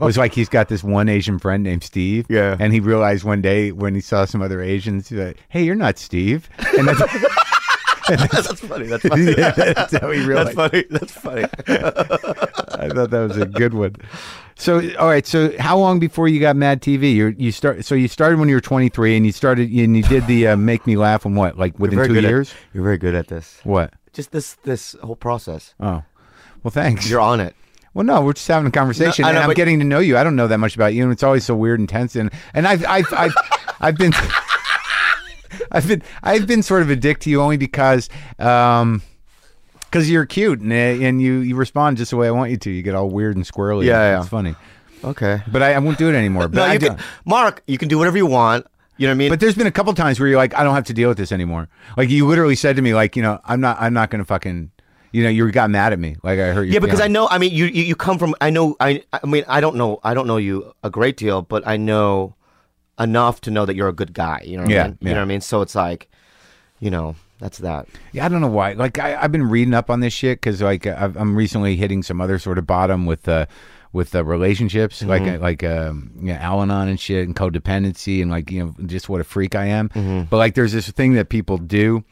A: was like he's got this one Asian friend named Steve,
B: Yeah.
A: and he realized one day when he saw some other Asians, he's like, "Hey, you're not Steve," and that's,
B: that's funny. That's funny.
A: yeah, that's how he realized.
B: That's funny. That's funny.
A: I thought that was a good one. So, all right. So, how long before you got Mad TV? You you start. So you started when you were 23, and you started and you did the uh, Make Me Laugh in what, like within
B: Very
A: two
B: good at-
A: years?
B: you're very good at this.
A: What?
B: Just this this whole process.
A: Oh, well, thanks.
B: You're on it.
A: well, no, we're just having a conversation,
B: No, I
A: and
B: know,
A: I'm
B: but-
A: getting to know you. I don't know that much about you, and it's always so weird and tense. And and I've I've I've, I've been. I've been I've been sort of a dick to you only because um, cause you're cute and, eh, and you, you respond just the way I want you to. You get all weird and squirrely.
B: Yeah, yeah.
A: it's funny.
B: Okay.
A: But I, I won't do it anymore. But
B: No,
A: I
B: you
A: do-
B: can, Mark, you can do whatever you want. You know what I mean?
A: But there's been a couple times where you're like, I don't have to deal with this anymore. Like you literally said to me, like, you know, I'm not, I'm not gonna fucking, you know, you got mad at me, like I hurt you.
B: yeah, because I know. I mean, you, you you come from. I know. I I mean, I don't know. I don't know you a great deal, but I know enough to know that you're a good guy. You know. What
A: Yeah,
B: I mean?
A: yeah.
B: You know what I mean? So it's like, you know, that's that.
A: Yeah, I don't know why. Like I, I've been reading up on this shit because like I've, I'm recently hitting some other sort of bottom with uh with uh,
B: Mm-hmm.
A: relationships, like uh, like um, you know, Al-Anon and shit, and codependency, and like you know just what a freak I am.
B: Mm-hmm.
A: But like there's this thing that people do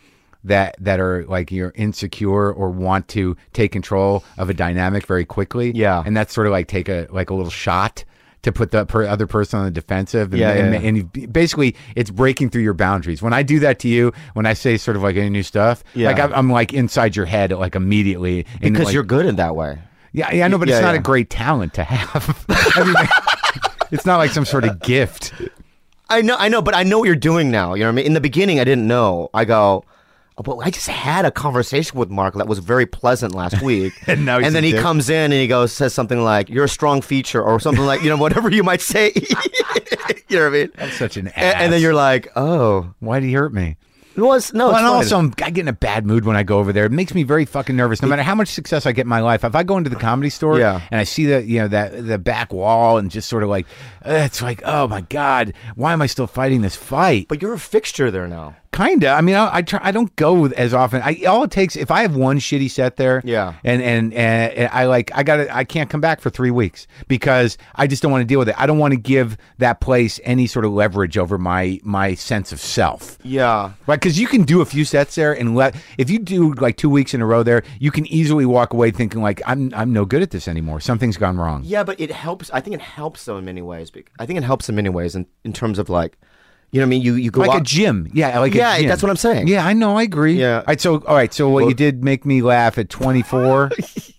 A: that that are like you're insecure or want to take control of a dynamic very quickly.
B: Yeah.
A: and that's sort of like take a like a little shot. To put the per- other person on the defensive, and,
B: Yeah, yeah,
A: and,
B: yeah.
A: and you, basically it's breaking through your boundaries. When I do that to you, when I say sort of like any new stuff,
B: Yeah.
A: like I'm, I'm like inside your head like immediately and,
B: Because
A: like-
B: you're good in that way.
A: yeah yeah I know, but it's
B: yeah,
A: not
B: yeah.
A: a great talent to have. I mean, it's not like some sort of gift.
B: I know. I know. But I know what you're doing now. You know what I mean? In the beginning, I didn't know. I go. "Oh, but I just had a conversation with Mark that was very pleasant last week.
A: And now he's
B: and then
A: a
B: he
A: dick.
B: comes in and he goes, says something like, you're a strong feature or something like, you know, whatever you might say. you know what I mean?
A: I'm such an ass.
B: A- And, then you're like, oh,
A: why'd he hurt me?
B: it was, no,
A: Well,
B: it's
A: and
B: fine.
A: also, I'm, I get in a bad mood when I go over there. It makes me very fucking nervous. No matter how much success I get in my life, if I go into the comedy store
B: Yeah.
A: and I see the you know that the back wall and just sort of like, uh, it's like, oh my god, why am I still fighting this fight?
B: But you're a fixture there now.
A: Kinda. I mean, I, I try. I don't go with as often. I all it takes if I have one shitty set there.
B: Yeah.
A: And and, and, and I like I got to I can't come back for three weeks because I just don't want to deal with it. I don't want to give that place any sort of leverage over my my sense of self.
B: Yeah.
A: Right, because you can do a few sets there, and let if you do like two weeks in a row there, you can easily walk away thinking like I'm I'm no good at this anymore. Something's gone wrong.
B: Yeah, but it helps. I think it helps them in many ways. bec- I think it helps them in many ways in, in terms of like, you know what I mean? You, you go
A: Like
B: out.
A: a gym, yeah, like a
B: Yeah,
A: gym.
B: that's what I'm saying.
A: Yeah, I know, I agree.
B: Yeah.
A: All right, so all right, so what you did make me laugh at 24.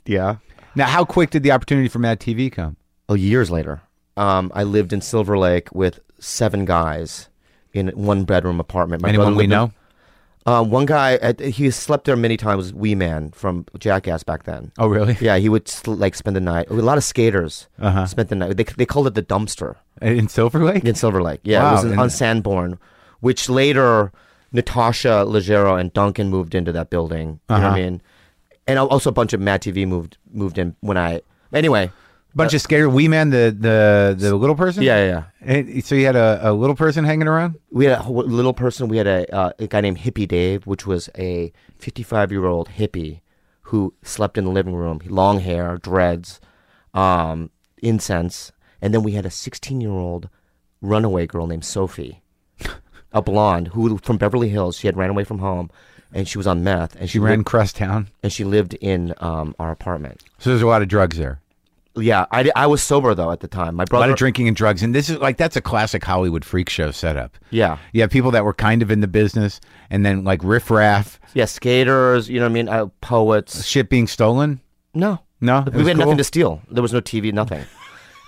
B: yeah.
A: now, how quick did the opportunity for Mad TV come?
B: Oh, years later, um, I lived in Silver Lake with seven guys in one bedroom apartment. My
A: Anyone
B: brother
A: we
B: lived in-
A: know?
B: Uh, one guy, uh, he slept there many times. Wee Man from Jackass back then.
A: Oh, really?
B: Yeah, he would sl- like spend the night. A lot of skaters
A: Uh-huh.
B: spent the night. They, they called it the dumpster
A: In Silver Lake?
B: in Silver Lake. Yeah,
A: Wow,
B: it was in,
A: and-
B: on Sanborn, which later Natasha Leggero and Duncan moved into that building. You
A: Uh-huh.
B: know what I mean? And al- also a bunch of Matt TV moved moved in when I. Anyway, uh,
A: Bunch of scared wee man, the the the little person.
B: yeah, yeah, yeah.
A: And so you had a, a little person hanging around.
B: we had a whole little person. We had a, uh, a guy named Hippie Dave, which was a 55 year old hippie who slept in the living room, long hair, dreads, um, incense. And then we had a 16 year old runaway girl named Sophie, a blonde who from Beverly Hills. She had ran away from home and she was on meth and she,
A: You ran
B: lived,
A: Crust Town.
B: and she lived in um, our apartment.
A: So there's a lot of drugs there.
B: Yeah, I, di- I was sober though at the time. My
A: a
B: brother.
A: lot of drinking and drugs and this is like that's a classic hollywood freak show setup
B: Yeah.
A: you have people that were kind of in the business and then like riffraff
B: Yeah, skaters, you know what I mean? Uh, poets.
A: shit being stolen
B: No.
A: no
B: we had nothing to steal. There was no TV, nothing.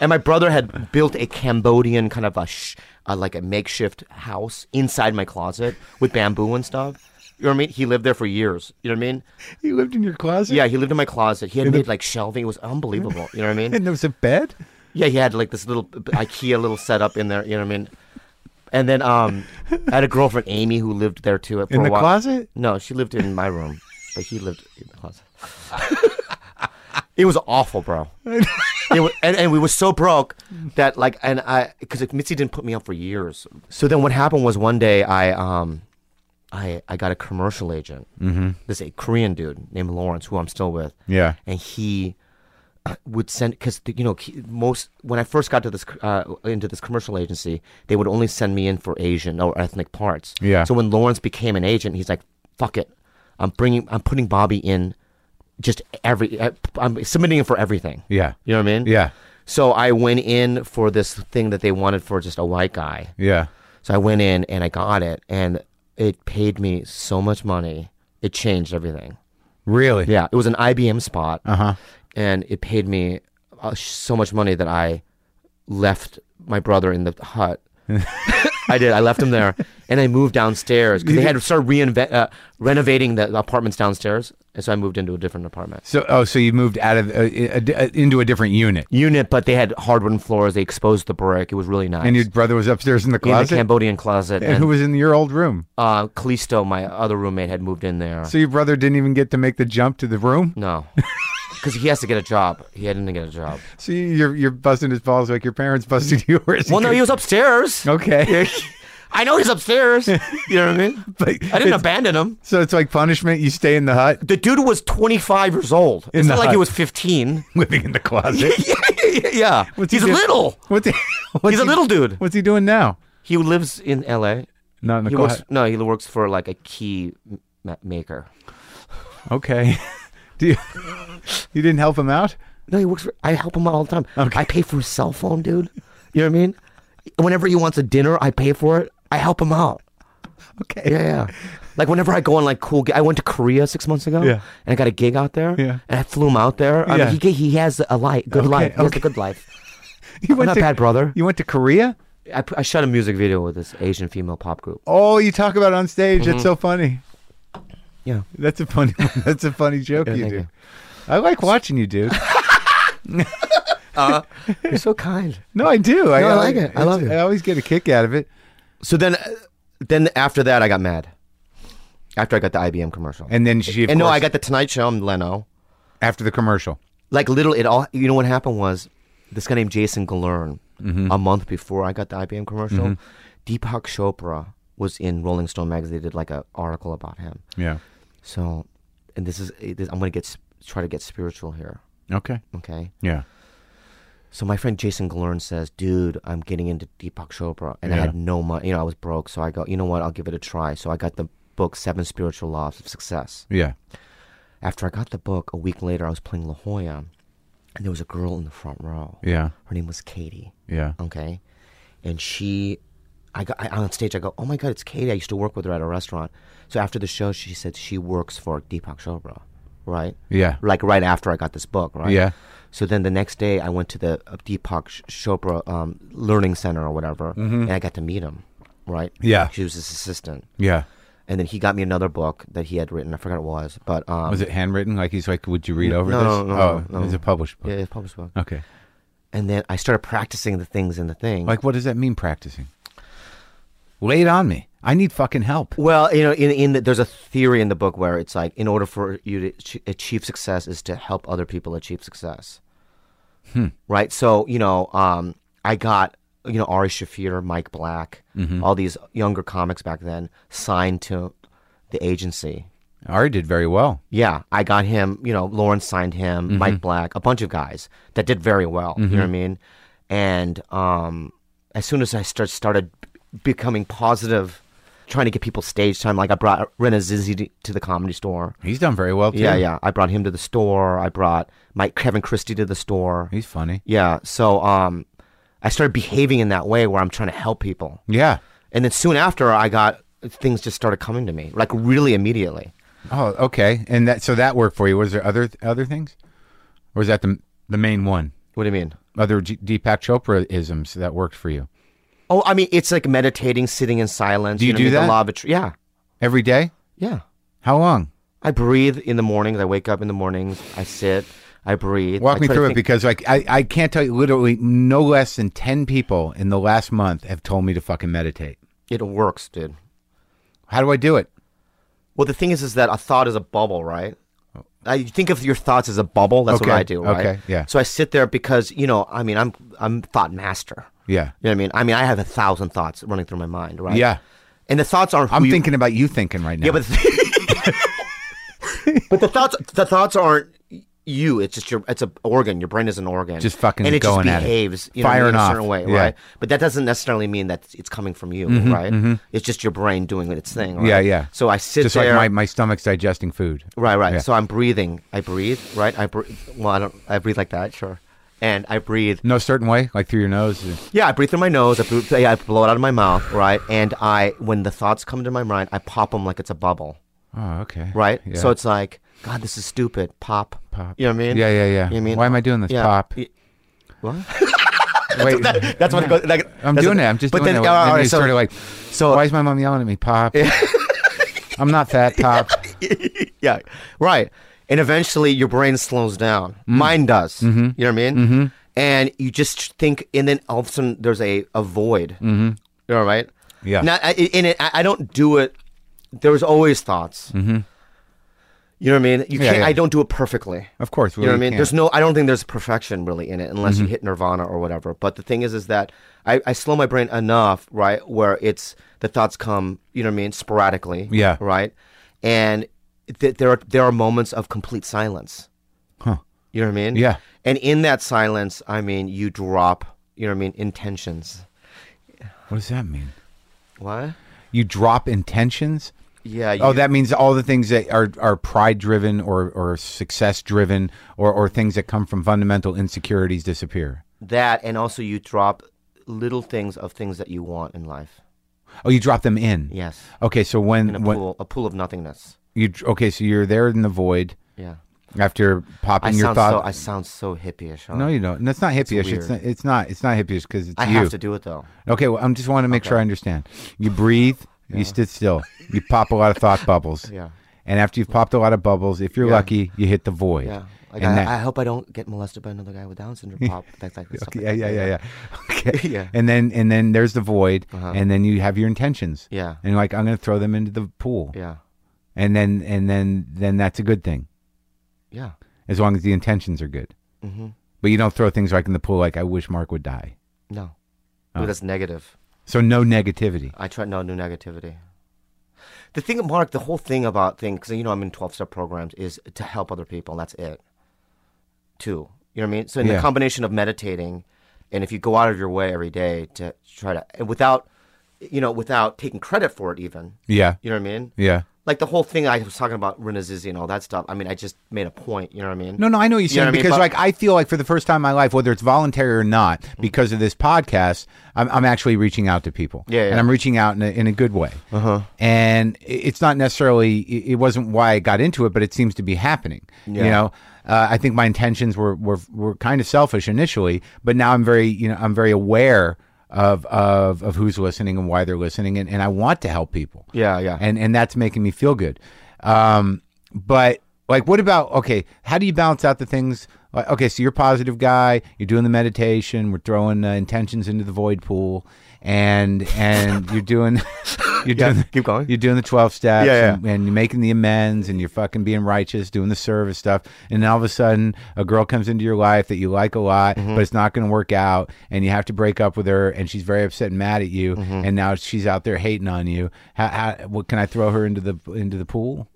B: and my brother had built a Cambodian kind of a, sh- uh like a makeshift house inside my closet with bamboo and stuff. You know what I mean? He lived there for years. You know what I mean?
A: you lived in your closet
B: Yeah, he lived in my closet. He had made like shelving. It was unbelievable. You know what I mean?
A: and there was a bed
B: Yeah, he had like this little IKEA little setup in there. You know what I mean? And then um, I had a girlfriend, Amy, who lived there too. For
A: in
B: a
A: the
B: while.
A: closet
B: No, she lived in my room, but he lived in the closet. it was awful, bro. it was, and, and we were so broke that like, and I because like, Mitzi didn't put me up for years. So then what happened was one day I um. I, I got a commercial agent. Mm-hmm. This a Korean dude named Lawrence, who I'm still with.
A: Yeah.
B: and he uh, would send because you know he- most when I first got to this uh, into this commercial agency, they would only send me in for Asian or ethnic parts.
A: Yeah.
B: So when Lawrence became an agent, he's like, "Fuck it, I'm bringing, I'm putting Bobby in, just every, I, I'm submitting him for everything."
A: yeah
B: You know what I mean?
A: yeah
B: So I went in for this thing that they wanted for just a white guy.
A: yeah
B: So I went in and I got it, and it paid me so much money. It changed everything.
A: really
B: Yeah, it was an IBM spot.
A: Uh-huh.
B: And it paid me uh, sh- so much money that I left my brother in the hut. I did. I left him there, and I moved downstairs because they had started reinvent uh, renovating the apartments downstairs, and so I moved into a different apartment
A: so oh so you moved out of uh, uh, into a different unit
B: unit. But they had hardwood floors. They exposed the brick. It was really nice.
A: and your brother was upstairs in the
B: in the
A: closet
B: Cambodian closet,
A: and
B: and,
A: who was in your old room
B: uh, Callisto, my other roommate, had moved in there.
A: so your brother didn't even get to make the jump to the room
B: no, because he has to get a job. He didn't get a job.
A: so you're you're busting his balls like your parents busted yours
B: Well, no, he was upstairs.
A: okay
B: I know he's upstairs. You know what I mean?
A: But
B: I didn't
A: it's-
B: abandon him.
A: So it's like punishment. You stay in the hut,
B: The dude was 25 years old.
A: In
B: It's
A: the
B: not like he
A: hut.
B: was 15.
A: living in the closet.
B: yeah.
A: What's he
B: he's
A: do-
B: little.
A: What's he? what's
B: He's a
A: he-
B: little dude.
A: What's he doing now?
B: He lives in LA.
A: Not in the
B: He
A: closet.
B: works, no, he works for like a key ma- maker.
A: Okay. Do you? You didn't help him out.
B: No, he works for, I help him out all the time.
A: Okay.
B: I pay for his cell phone, dude. You know what I mean? Whenever he wants a dinner, I pay for it. I help him out.
A: Okay.
B: Yeah, yeah. Like whenever I go on like cool, gi- I went to Korea six months ago.
A: Yeah.
B: and I got a gig out there.
A: Yeah.
B: and I flew him out there. I
A: Yeah.
B: mean, he g- he has a life, good
A: Okay,
B: life. He has
A: okay.
B: a good life.
A: You
B: I'm not bad, brother.
A: You went to Korea.
B: I, pu- I shot a music video with this Asian female pop group. Mm-hmm.
A: Oh, you talk about it on stage. It's so funny.
B: Yeah.
A: That's a funny. That's a funny joke you
B: thank
A: do.
B: you.
A: I like watching you, dude.
B: You're so kind.
A: No, I do. I, uh,
B: No, I like it. I love
A: it's-
B: it.
A: I always get a kick out of it.
B: So then, uh, then after that, I got mad. After I got the IBM commercial,
A: And then she, of
B: and no,
A: course,
B: I got the Tonight Show. I'm Leno.
A: after the commercial.
B: Like little, it all. You know what happened was this guy named Jason Galern. A month before I got the IBM commercial, Deepak Chopra was in Rolling Stone magazine. They did like an article about him.
A: Yeah.
B: So, and this is it is- I'm gonna get s- try to get spiritual here.
A: Okay.
B: Okay.
A: Yeah.
B: So my friend Jason Glern says, "Dude, I'm getting into Deepak Chopra," and I
A: Yeah.
B: had no money. You know, I was broke, so I go, "You know what? I'll give it a try." So I got the book Seven Spiritual Laws of Success.
A: Yeah.
B: After I got the book, a week later, I was playing La Jolla, and there was a girl in the front row.
A: Yeah.
B: Her name was Katie.
A: Yeah.
B: Okay, and she, I got I, on stage. I go, "Oh my God, it's Katie! I used to work with her at a restaurant." So after the show, she said she works for Deepak Chopra, right?
A: Yeah.
B: like right after I got this book, right?
A: Yeah.
B: So then the next day, I went to the uh, Deepak Ch- Chopra um, Learning Center or whatever, and I got to meet him, right?
A: Mm-hmm. Yeah.
B: She was his assistant,
A: Yeah.
B: and then he got me another book that he had written. I forgot what it was, but um,
A: Was it handwritten? Like he's like, would you read over
B: no,
A: this?
B: no, no,
A: oh,
B: no, no.
A: it's a published book.
B: yeah, it's a published book.
A: Okay.
B: And then I started practicing the things in the thing.
A: Like, what does that mean? Practicing. Lay it on me. I need fucking help.
B: well, you know, in in the, there's a theory in the book where it's like, in order for you to ach- achieve success, is to help other people achieve success. right? So you know, um, I got you know Ari Shafir, Mike Black, all these younger comics back then signed to the agency.
A: Ari did very well.
B: Yeah, I got him. You know, Lawrence signed him, Mike Black, a bunch of guys that did very well. You know what I mean? And um, as soon as I start started becoming positive, trying to get people stage time, like I brought Rena Zizzi to- to the comedy store.
A: He's done very well too.
B: Yeah, yeah. I brought him to the store. I brought Mike Kevin Christie to the store.
A: He's funny.
B: Yeah. So um, I started behaving in that way where I'm trying to help people.
A: Yeah.
B: And then soon after, I got things just started coming to me, like really immediately.
A: Oh, okay. And that so that worked for you. Was there other other things, or was that the the main one?
B: What do you mean?
A: Other G- Deepak Chopra isms that worked for you
B: Oh, I mean, it's like meditating, sitting in silence.
A: Do you
B: know
A: do
B: what I mean?
A: that?
B: The law of attr- yeah.
A: every day.
B: Yeah.
A: How long?
B: I breathe in the mornings. I wake up in the mornings. I sit. I breathe.
A: Walk
B: I
A: me
B: try to
A: through it
B: think-
A: because like I, I can't tell you literally no less than ten people in the last month have told me to fucking meditate.
B: It works, dude.
A: How do I do it?
B: Well, the thing is, is that a thought is a bubble, right? I think of your thoughts as a bubble. That's
A: Oh. Okay,
B: what I do, right?
A: okay, yeah.
B: So I sit there because you know, I mean, I'm I'm thought master.
A: Yeah.
B: You know what I mean? I mean, I have a thousand thoughts running through my mind, right?
A: Yeah.
B: And the thoughts aren't. who
A: I'm
B: you-
A: thinking about you thinking right now.
B: Yeah, but but the thoughts the thoughts aren't you. It's just your. It's a organ. Your brain is an organ.
A: Just fucking
B: and it
A: going at
B: just
A: it.
B: behaves. You know, what I
A: Firing
B: mean, in
A: off,
B: a certain way,
A: yeah. Mm-hmm,
B: right? But that doesn't necessarily mean that it's coming from you, right? It's just your brain doing its thing. Right?
A: Yeah, yeah.
B: So I sit
A: just
B: there.
A: like my, my stomach's digesting food.
B: Right, right.
A: Yeah.
B: So I'm breathing. I breathe. Right. I breathe. Well, I don't. I breathe like that. Sure. And I breathe.
A: No certain way, like through your nose.
B: Yeah, I breathe through my nose. I, breathe, I blow it out of my mouth, right? And I, when the thoughts come to my mind, I pop them like it's a bubble,
A: Oh, okay.
B: right?
A: Yeah.
B: So it's like, God, this is stupid. Pop.
A: Pop.
B: You know what I mean?
A: Yeah, yeah, yeah.
B: You know what I mean?
A: Why am I doing this?
B: Yeah.
A: Pop.
B: Y- What?
A: Wait,
B: That's what it goes. Like,
A: I'm
B: that's
A: doing
B: what-
A: it. I'm just
B: But
A: doing
B: then,
A: it.
B: all right,
A: And
B: all
A: you
B: right, so,
A: sort of like,
B: so-
A: why is my mom yelling at me, Pop? I'm not fat, Pop.
B: yeah, right. And eventually, your brain slows down.
A: Mm.
B: Mine does.
A: Mm-hmm.
B: You know what I mean? And you just think, and then all of a sudden, there's a, a void. Mm-hmm. You know what I mean?
A: Yeah.
B: Now, I, in it, I I don't do it. There was always thoughts. Mm-hmm. You know what I mean? You
A: Yeah,
B: can't.
A: yeah.
B: I don't do it perfectly.
A: Of course,
B: you know
A: well,
B: what I
A: you
B: mean?
A: can't. Mm-hmm.
B: There's no. I don't think there's perfection really in it, unless you hit Nirvana or whatever. But the thing is, is that I, I slow my brain enough, right, where it's the thoughts come. You know what I mean? Sporadically.
A: Yeah.
B: Right. And th- there are there are moments of complete silence.
A: Huh.
B: You know what I mean?
A: Yeah.
B: And in that silence, I mean, you drop. You know what I mean? Intentions.
A: What does that mean?
B: What?
A: You drop intentions?
B: Yeah. You,
A: Oh, that means all the things that are, are pride driven or, or success driven or, or things that come from fundamental insecurities disappear.
B: that and also you drop little things of things that you want in life
A: Oh, you drop them in.
B: yes
A: Okay, so when,
B: in a
A: when
B: pool a pool of nothingness
A: you dr- okay, so you're there in the void
B: yeah
A: after popping
B: i
A: your
B: sound
A: thought.
B: so i sound so hippie-ish huh?
A: No, you don't. And that's not hippie-ish. It's,
B: weird.
A: not. It's not. It's not hippie-ish because it's
B: i
A: you.
B: have to do it though
A: Okay, well, I'm just want to make sure I understand. You breathe. You sit still. You pop a lot of thought bubbles.
B: Yeah.
A: And after you've popped a lot of bubbles, if you're lucky, you hit the void.
B: Yeah. Like
A: and
B: I,
A: that-
B: I hope I don't get molested by another guy with Down syndrome. Pop. That's like stuff like
A: yeah,
B: that.
A: yeah, yeah, yeah. Okay.
B: Yeah.
A: And then and then there's the void, and then you have your intentions.
B: Uh-huh. Yeah.
A: And you're like, I'm gonna throw them into the pool.
B: Yeah.
A: And then and then then that's a good thing
B: Yeah.
A: as long as the intentions are good.
B: Mm-hmm.
A: But you don't throw things like in the pool like I wish Mark would die.
B: No.
A: Oh.
B: Ooh, that's negative.
A: So no negativity.
B: I try no new negativity. The thing, Mark, the whole thing about things, because you know I'm in 12 step programs, is to help other people, and that's it. Too. You know what I mean? So, in
A: Yeah.
B: the combination of meditating, and if you go out of your way every day to try to, and without, you know, without taking credit for it, even,
A: Yeah.
B: you know what I mean?
A: Yeah.
B: Like the whole thing I was talking about, Renazizi and all that stuff. I mean, I just made a point, you know what I mean?
A: No, no, I know what you're
B: You know
A: saying
B: what I mean?
A: because,
B: But-
A: like, I feel like for the first time in my life, whether it's voluntary or not,
B: Hmm.
A: because of this podcast, I'm, I'm actually reaching out to people.
B: Yeah, yeah.
A: And I'm reaching out in a, in a good way. Uh-huh. And i- it's not necessarily, i- it wasn't why I got into it, but it seems to be happening. You
B: Yeah.
A: know, uh, I think my intentions were, were, were kind of selfish initially, but now I'm very, you know, I'm very aware of, of, of who's listening and why they're listening. And, and I want to help people
B: Yeah, yeah.
A: and and that's making me feel good. Um, but like, what about okay? How do you balance out the things? Like, okay, so you're a positive guy. You're doing the meditation. We're throwing uh, intentions into the void pool, and and you're doing you're doing the-
B: keep going.
A: You're doing the twelve steps.
B: Yeah, yeah.
A: And, and you're making the amends, and you're fucking being righteous, doing the service stuff. And then all of a sudden, a girl comes into your life that you like a lot, but it's not going to work out, and you have to break up with her, and she's very upset and mad at you, and now she's out there hating on you. How, how, what can I throw her into the into the pool?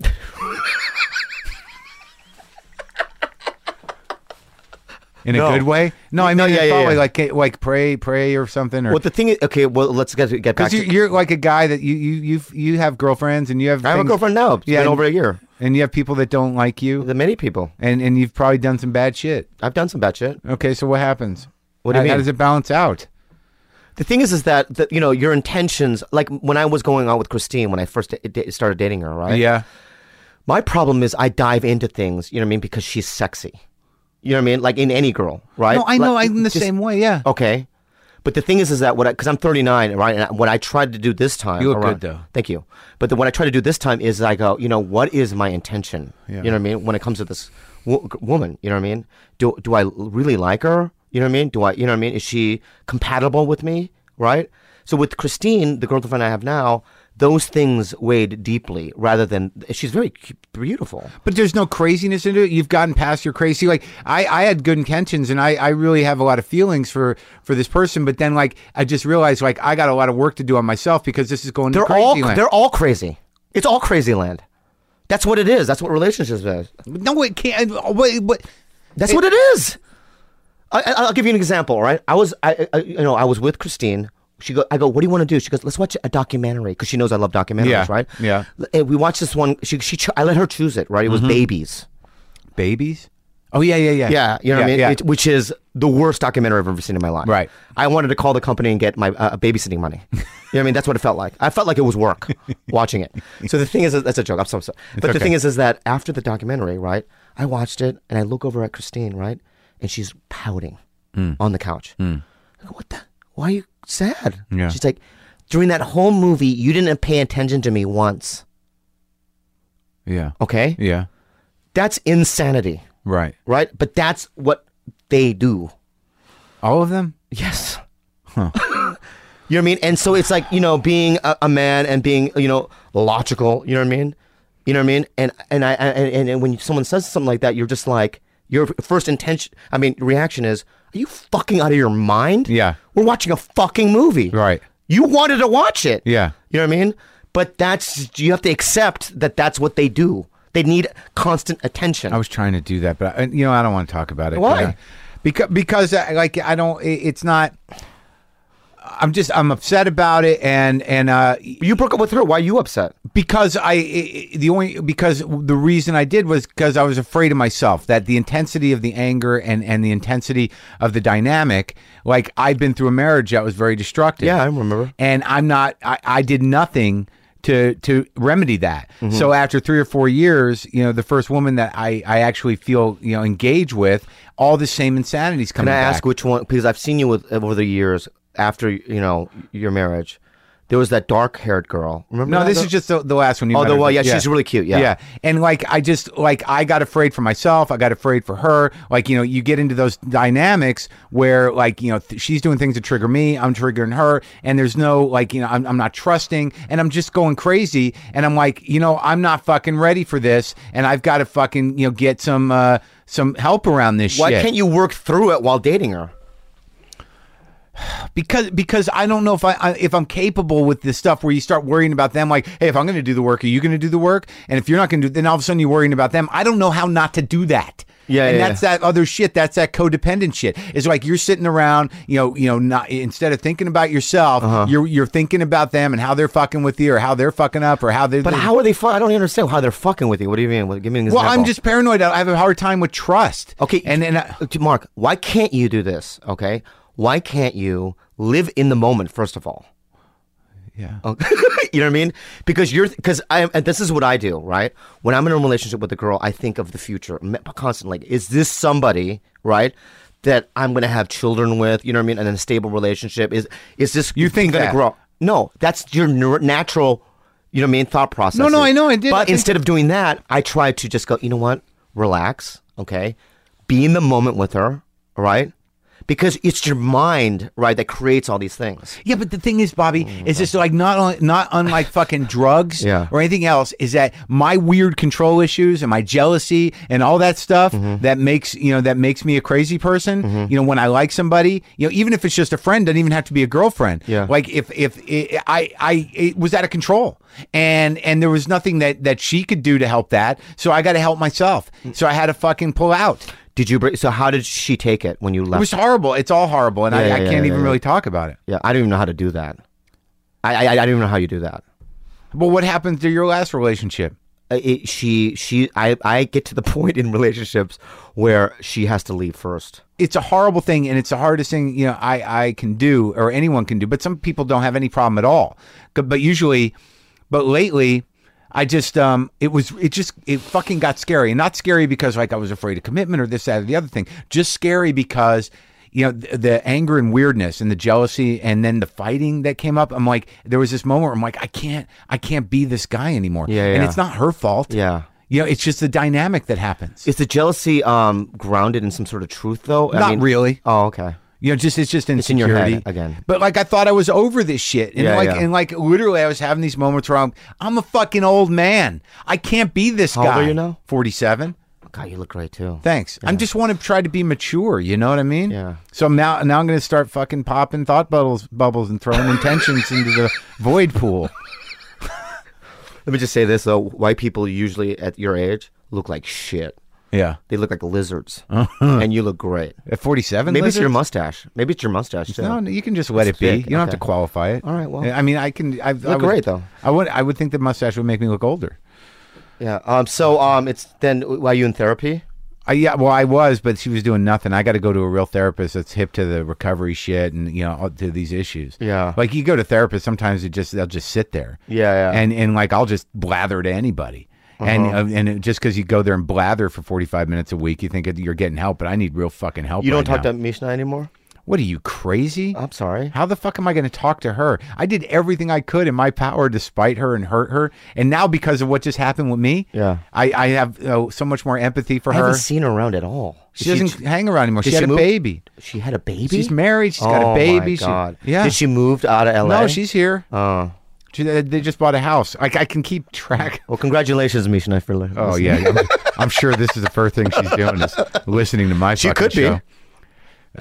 A: In
B: No.
A: a good way? No, I mean,
B: No, yeah,
A: it's
B: yeah,
A: probably
B: yeah.
A: like like pray, pray or something, or
B: Well, the thing is, okay, well, let's get, get back
A: because
B: to
A: you're, you're like a guy that you you you you have girlfriends and you have
B: I have a
A: things-
B: girlfriend now. It's
A: Yeah,
B: been
A: and-
B: over a year.
A: and you have people that don't like you
B: The many people.
A: and and you've probably done some bad shit.
B: I've done some bad shit.
A: Okay, so what happens?
B: What do you
A: how, How
B: mean?
A: does it balance out?
B: The thing is, is that, that you know your intentions. Like when I was going out with Christine, when I first da- da- started dating her, right?
A: Yeah,
B: My problem is I dive into things. You know what I mean? Because she's sexy. You know what I mean? Like in any girl, right?
A: no, I know. I'm the
B: just- Oh.
A: same way. Yeah,
B: Okay. But the thing is, is that what? Because I'm 39, right? And I- what I tried to do this time,
A: You look
B: around-
A: good, though.
B: Thank you. But the, what I try to do this time is I go, you know, what is my intention?
A: Yeah.
B: You know what I mean? When it comes to this wo- g- woman, you know what I mean? Do do I l- really like her? You know what I mean? Do I, you know what I mean? Is she compatible with me? Right? So with Christine, the girlfriend I have now, those things weighed deeply rather than she's very cu- beautiful.
A: but there's no craziness into it. You've gotten past your crazy. Like I, I had good intentions, and I, I really have a lot of feelings for for this person. But then, like, I just realized, like, I got a lot of work to do on myself because this is going
B: They're
A: to crazy
B: all
A: land.
B: they're all crazy. It's all crazy land. That's what it is. That's what relationships is.
A: no, it can't. What, what,
B: That's what it is. I, I- I'll give you an example. All right, I was, I, I, you know, I was with Christine. She go, I go, what do you want to do? She goes, let's watch a documentary because she knows I love documentaries,
A: Yeah,
B: right?
A: yeah. Mm-hmm.
B: L- And we watched this one. She, she, cho- I let her choose it, right? It was babies.
A: babies? Oh yeah, yeah, yeah.
B: Yeah, you know what I mean.
A: Yeah.
B: It- which is the worst documentary I've ever seen in my life.
A: Right.
B: I wanted to call the company and get my uh, babysitting money. you know what I mean? That's what it felt like. I felt like it was work watching it. So the thing is, that's a joke. I'm so sorry. But the
A: okay.
B: thing is, is that after the documentary, right? I watched it and I look over at Christine, right? And she's pouting
A: Mm.
B: on the couch. I go, what the? Why are you sad?
A: Yeah.
B: She's like, during that whole movie, you didn't pay attention to me once.
A: yeah,
B: Okay.
A: yeah.
B: That's insanity,
A: Right.
B: right? But that's what they do.
A: All of them.
B: Yes. you know what I mean? And so it's like, you know, being a, a man and being, you know, logical, you know what I mean? You know what I mean? And and I and, and- and when someone says something like that, you're just like your first intention, I mean, reaction is, are you fucking out of your mind?
A: Yeah.
B: We're watching a fucking movie.
A: Right.
B: You wanted to watch it.
A: Yeah.
B: You know what I mean? But that's you have to accept that that's what they do. They need constant attention.
A: I was trying to do that, but I, you know, I don't want to talk about it.
B: Why?
A: Because because uh, like I don't. It, it's not. I'm just I'm upset about it, and and uh,
B: you broke up with her. Why are you upset?
A: because I i- i- the only because the reason I did was because I was afraid of myself that the intensity of the anger and and the intensity of the dynamic like I've been through a marriage that was very destructive
B: Yeah, I remember.
A: and I'm not I, I did nothing to to remedy that
B: Mm-hmm.
A: so after three or four years you know the first woman that I I actually feel you know engaged with all the same insanities coming
B: Can I
A: back.
B: ask which one? Because I've seen you with over the years after you know your marriage. There was that dark-haired girl. Remember?
A: No,
B: that
A: this
B: girl?
A: is just the, the last one. You
B: Oh,
A: met
B: the
A: her,
B: one-
A: but-
B: yeah, she's really cute, yeah.
A: yeah. And like, I just like I got afraid for myself. I got afraid for her. Like, you know, you get into those dynamics where like you know th- she's doing things that trigger me. I'm triggering her, and there's no like you know I'm, I'm not trusting, and I'm just going crazy. And I'm like, you know, I'm not fucking ready for this, and I've got to fucking you know get some uh some help around this
B: Why
A: shit.
B: can't you work through it while dating her?
A: because because I don't know if I, I if I'm capable with this stuff where you start worrying about them like hey if I'm going to do the work are you going to do the work and if you're not going to do then all of a sudden you're worrying about them I don't know how not to do that
B: Yeah,
A: and
B: yeah,
A: that's that other shit that's that codependent shit it's like you're sitting around you know you know not instead of thinking about yourself
B: Uh-huh.
A: you're you're thinking about them and how they're fucking with you or how they're fucking up or how they're
B: But how are they? Fu- I don't understand how they're fucking with you. What do you mean? What- Give me an
A: well
B: example.
A: I'm just paranoid I have a hard time with trust
B: Okay.
A: and and I,
B: Uh, Mark, why can't you do this? Okay. Why can't you live in the moment, first of all?
A: yeah
B: you know what I mean? Because you're, because I, and this is what I do, right? When I'm in a relationship with a girl, I think of the future m- constantly. Like, is this somebody, right? That I'm going to have children with, you know what I mean? And in a stable relationship. Is, is this,
A: You think
B: gonna
A: that.
B: grow? No, that's your neur- natural, you know what I mean? Thought process.
A: No, no, I know, I did. I
B: But
A: think-
B: instead of doing that, I try to just go, you know what? Relax, okay? Be in the moment with her, all right? Because it's your mind, right, that creates all these things.
A: Yeah, but the thing is, Bobby, is this like not only, not unlike fucking drugs
B: Mm, Yeah.
A: or anything else? Is that my weird control issues and my jealousy and all that stuff
B: Mm-hmm.
A: that makes you know that makes me a crazy person? You know, when I like somebody, you know, even if it's just a friend, doesn't even have to be a girlfriend.
B: Yeah.
A: like if if it, I I it was out of control and and there was nothing that that she could do to help that, so I got to help myself.
B: Mm.
A: So I had to fucking pull out.
B: Did you break? So how did she take it when you
A: It
B: left?
A: was horrible. It's all horrible, and I,
B: Yeah,
A: I
B: yeah,
A: can't
B: yeah,
A: even
B: yeah.
A: really talk about it.
B: yeah, I don't even know how to do that. I I, I don't even know how you do that.
A: But what happened to your last relationship?
B: Uh, It, she she I I get to the point in relationships where she has to leave first.
A: it's a horrible thing and it's the hardest thing you know I, I can do or anyone can do but some people don't have any problem at all C- but usually but lately i just um it was it just it fucking got scary and not scary because like i was afraid of commitment or this that or the other thing just scary because you know the, the anger and weirdness and the jealousy and then the fighting that came up i'm like there was this moment where i'm like i can't i can't be this guy anymore
B: Yeah,
A: and
B: yeah.
A: it's not her fault
B: Yeah.
A: you know it's just the dynamic that happens
B: Is the jealousy um grounded in some sort of truth though? I
A: Not
B: mean-
A: really.
B: Oh okay.
A: You know, just it's just
B: in your
A: insecurity
B: head again.
A: But like I thought I was over this shit, and
B: Yeah,
A: like
B: yeah.
A: and like literally, I was having these moments where I'm I'm a fucking old man. I can't be this
B: old
A: guy.
B: are you now?
A: Forty seven.
B: God, you look great too.
A: Thanks. I'm just want to try to be mature. You know what I mean?
B: Yeah.
A: So now now I'm going to start fucking popping thought bubbles bubbles and throwing intentions into the void pool.
B: Let me just say this though: white people usually at your age look like shit.
A: Yeah.
B: They look like lizards,
A: Uh-huh.
B: and you look great.
A: At forty seven,
B: Maybe it's your mustache. Maybe it's your mustache too.
A: No, no, you can just let it be.
B: thick,
A: You don't have to
B: okay.
A: qualify it.
B: All right, well.
A: I mean, I can. I, look I would,
B: great, though.
A: I would. I would think the mustache would make me look older.
B: Yeah. Um. So um. It's then. Why are you in therapy?
A: I, yeah, well, I was, but she was doing nothing. I got to go to a real therapist that's hip to the recovery shit and you know all- to these issues.
B: Yeah.
A: like you go to therapists sometimes it just they'll just sit there.
B: Yeah, Uh-huh. yeah.
A: and and like I'll just blather to anybody, and uh, and it, just because you go there and blather for forty five minutes a week, you think that you're getting help, but I need real fucking help.
B: You don't
A: right
B: talk
A: now.
B: to Uh, Mishna anymore.
A: What are you crazy?
B: I'm sorry.
A: How the fuck am I going to talk to her? I did everything I could in my power to spite her and hurt her, and now because of what just happened with me,
B: Yeah.
A: I I have uh, so much more empathy for
B: I
A: her.
B: haven't seen her around at all.
A: She
B: Did
A: doesn't hang around anymore.
B: did
A: She had a
B: move-
A: baby.
B: She had a baby.
A: She's married. She's
B: oh
A: got a baby.
B: My
A: She-
B: God.
A: yeah.
B: Did she moved out of L.A.?
A: No, she's here.
B: Oh.
A: She, they they just bought a house. Like I can keep track.
B: Well, congratulations, Mishna, for li-
A: Oh
B: listening.
A: yeah, yeah. I'm, I'm sure this is the first thing she's doing is listening to my.
B: She
A: fucking
B: could be.
A: show.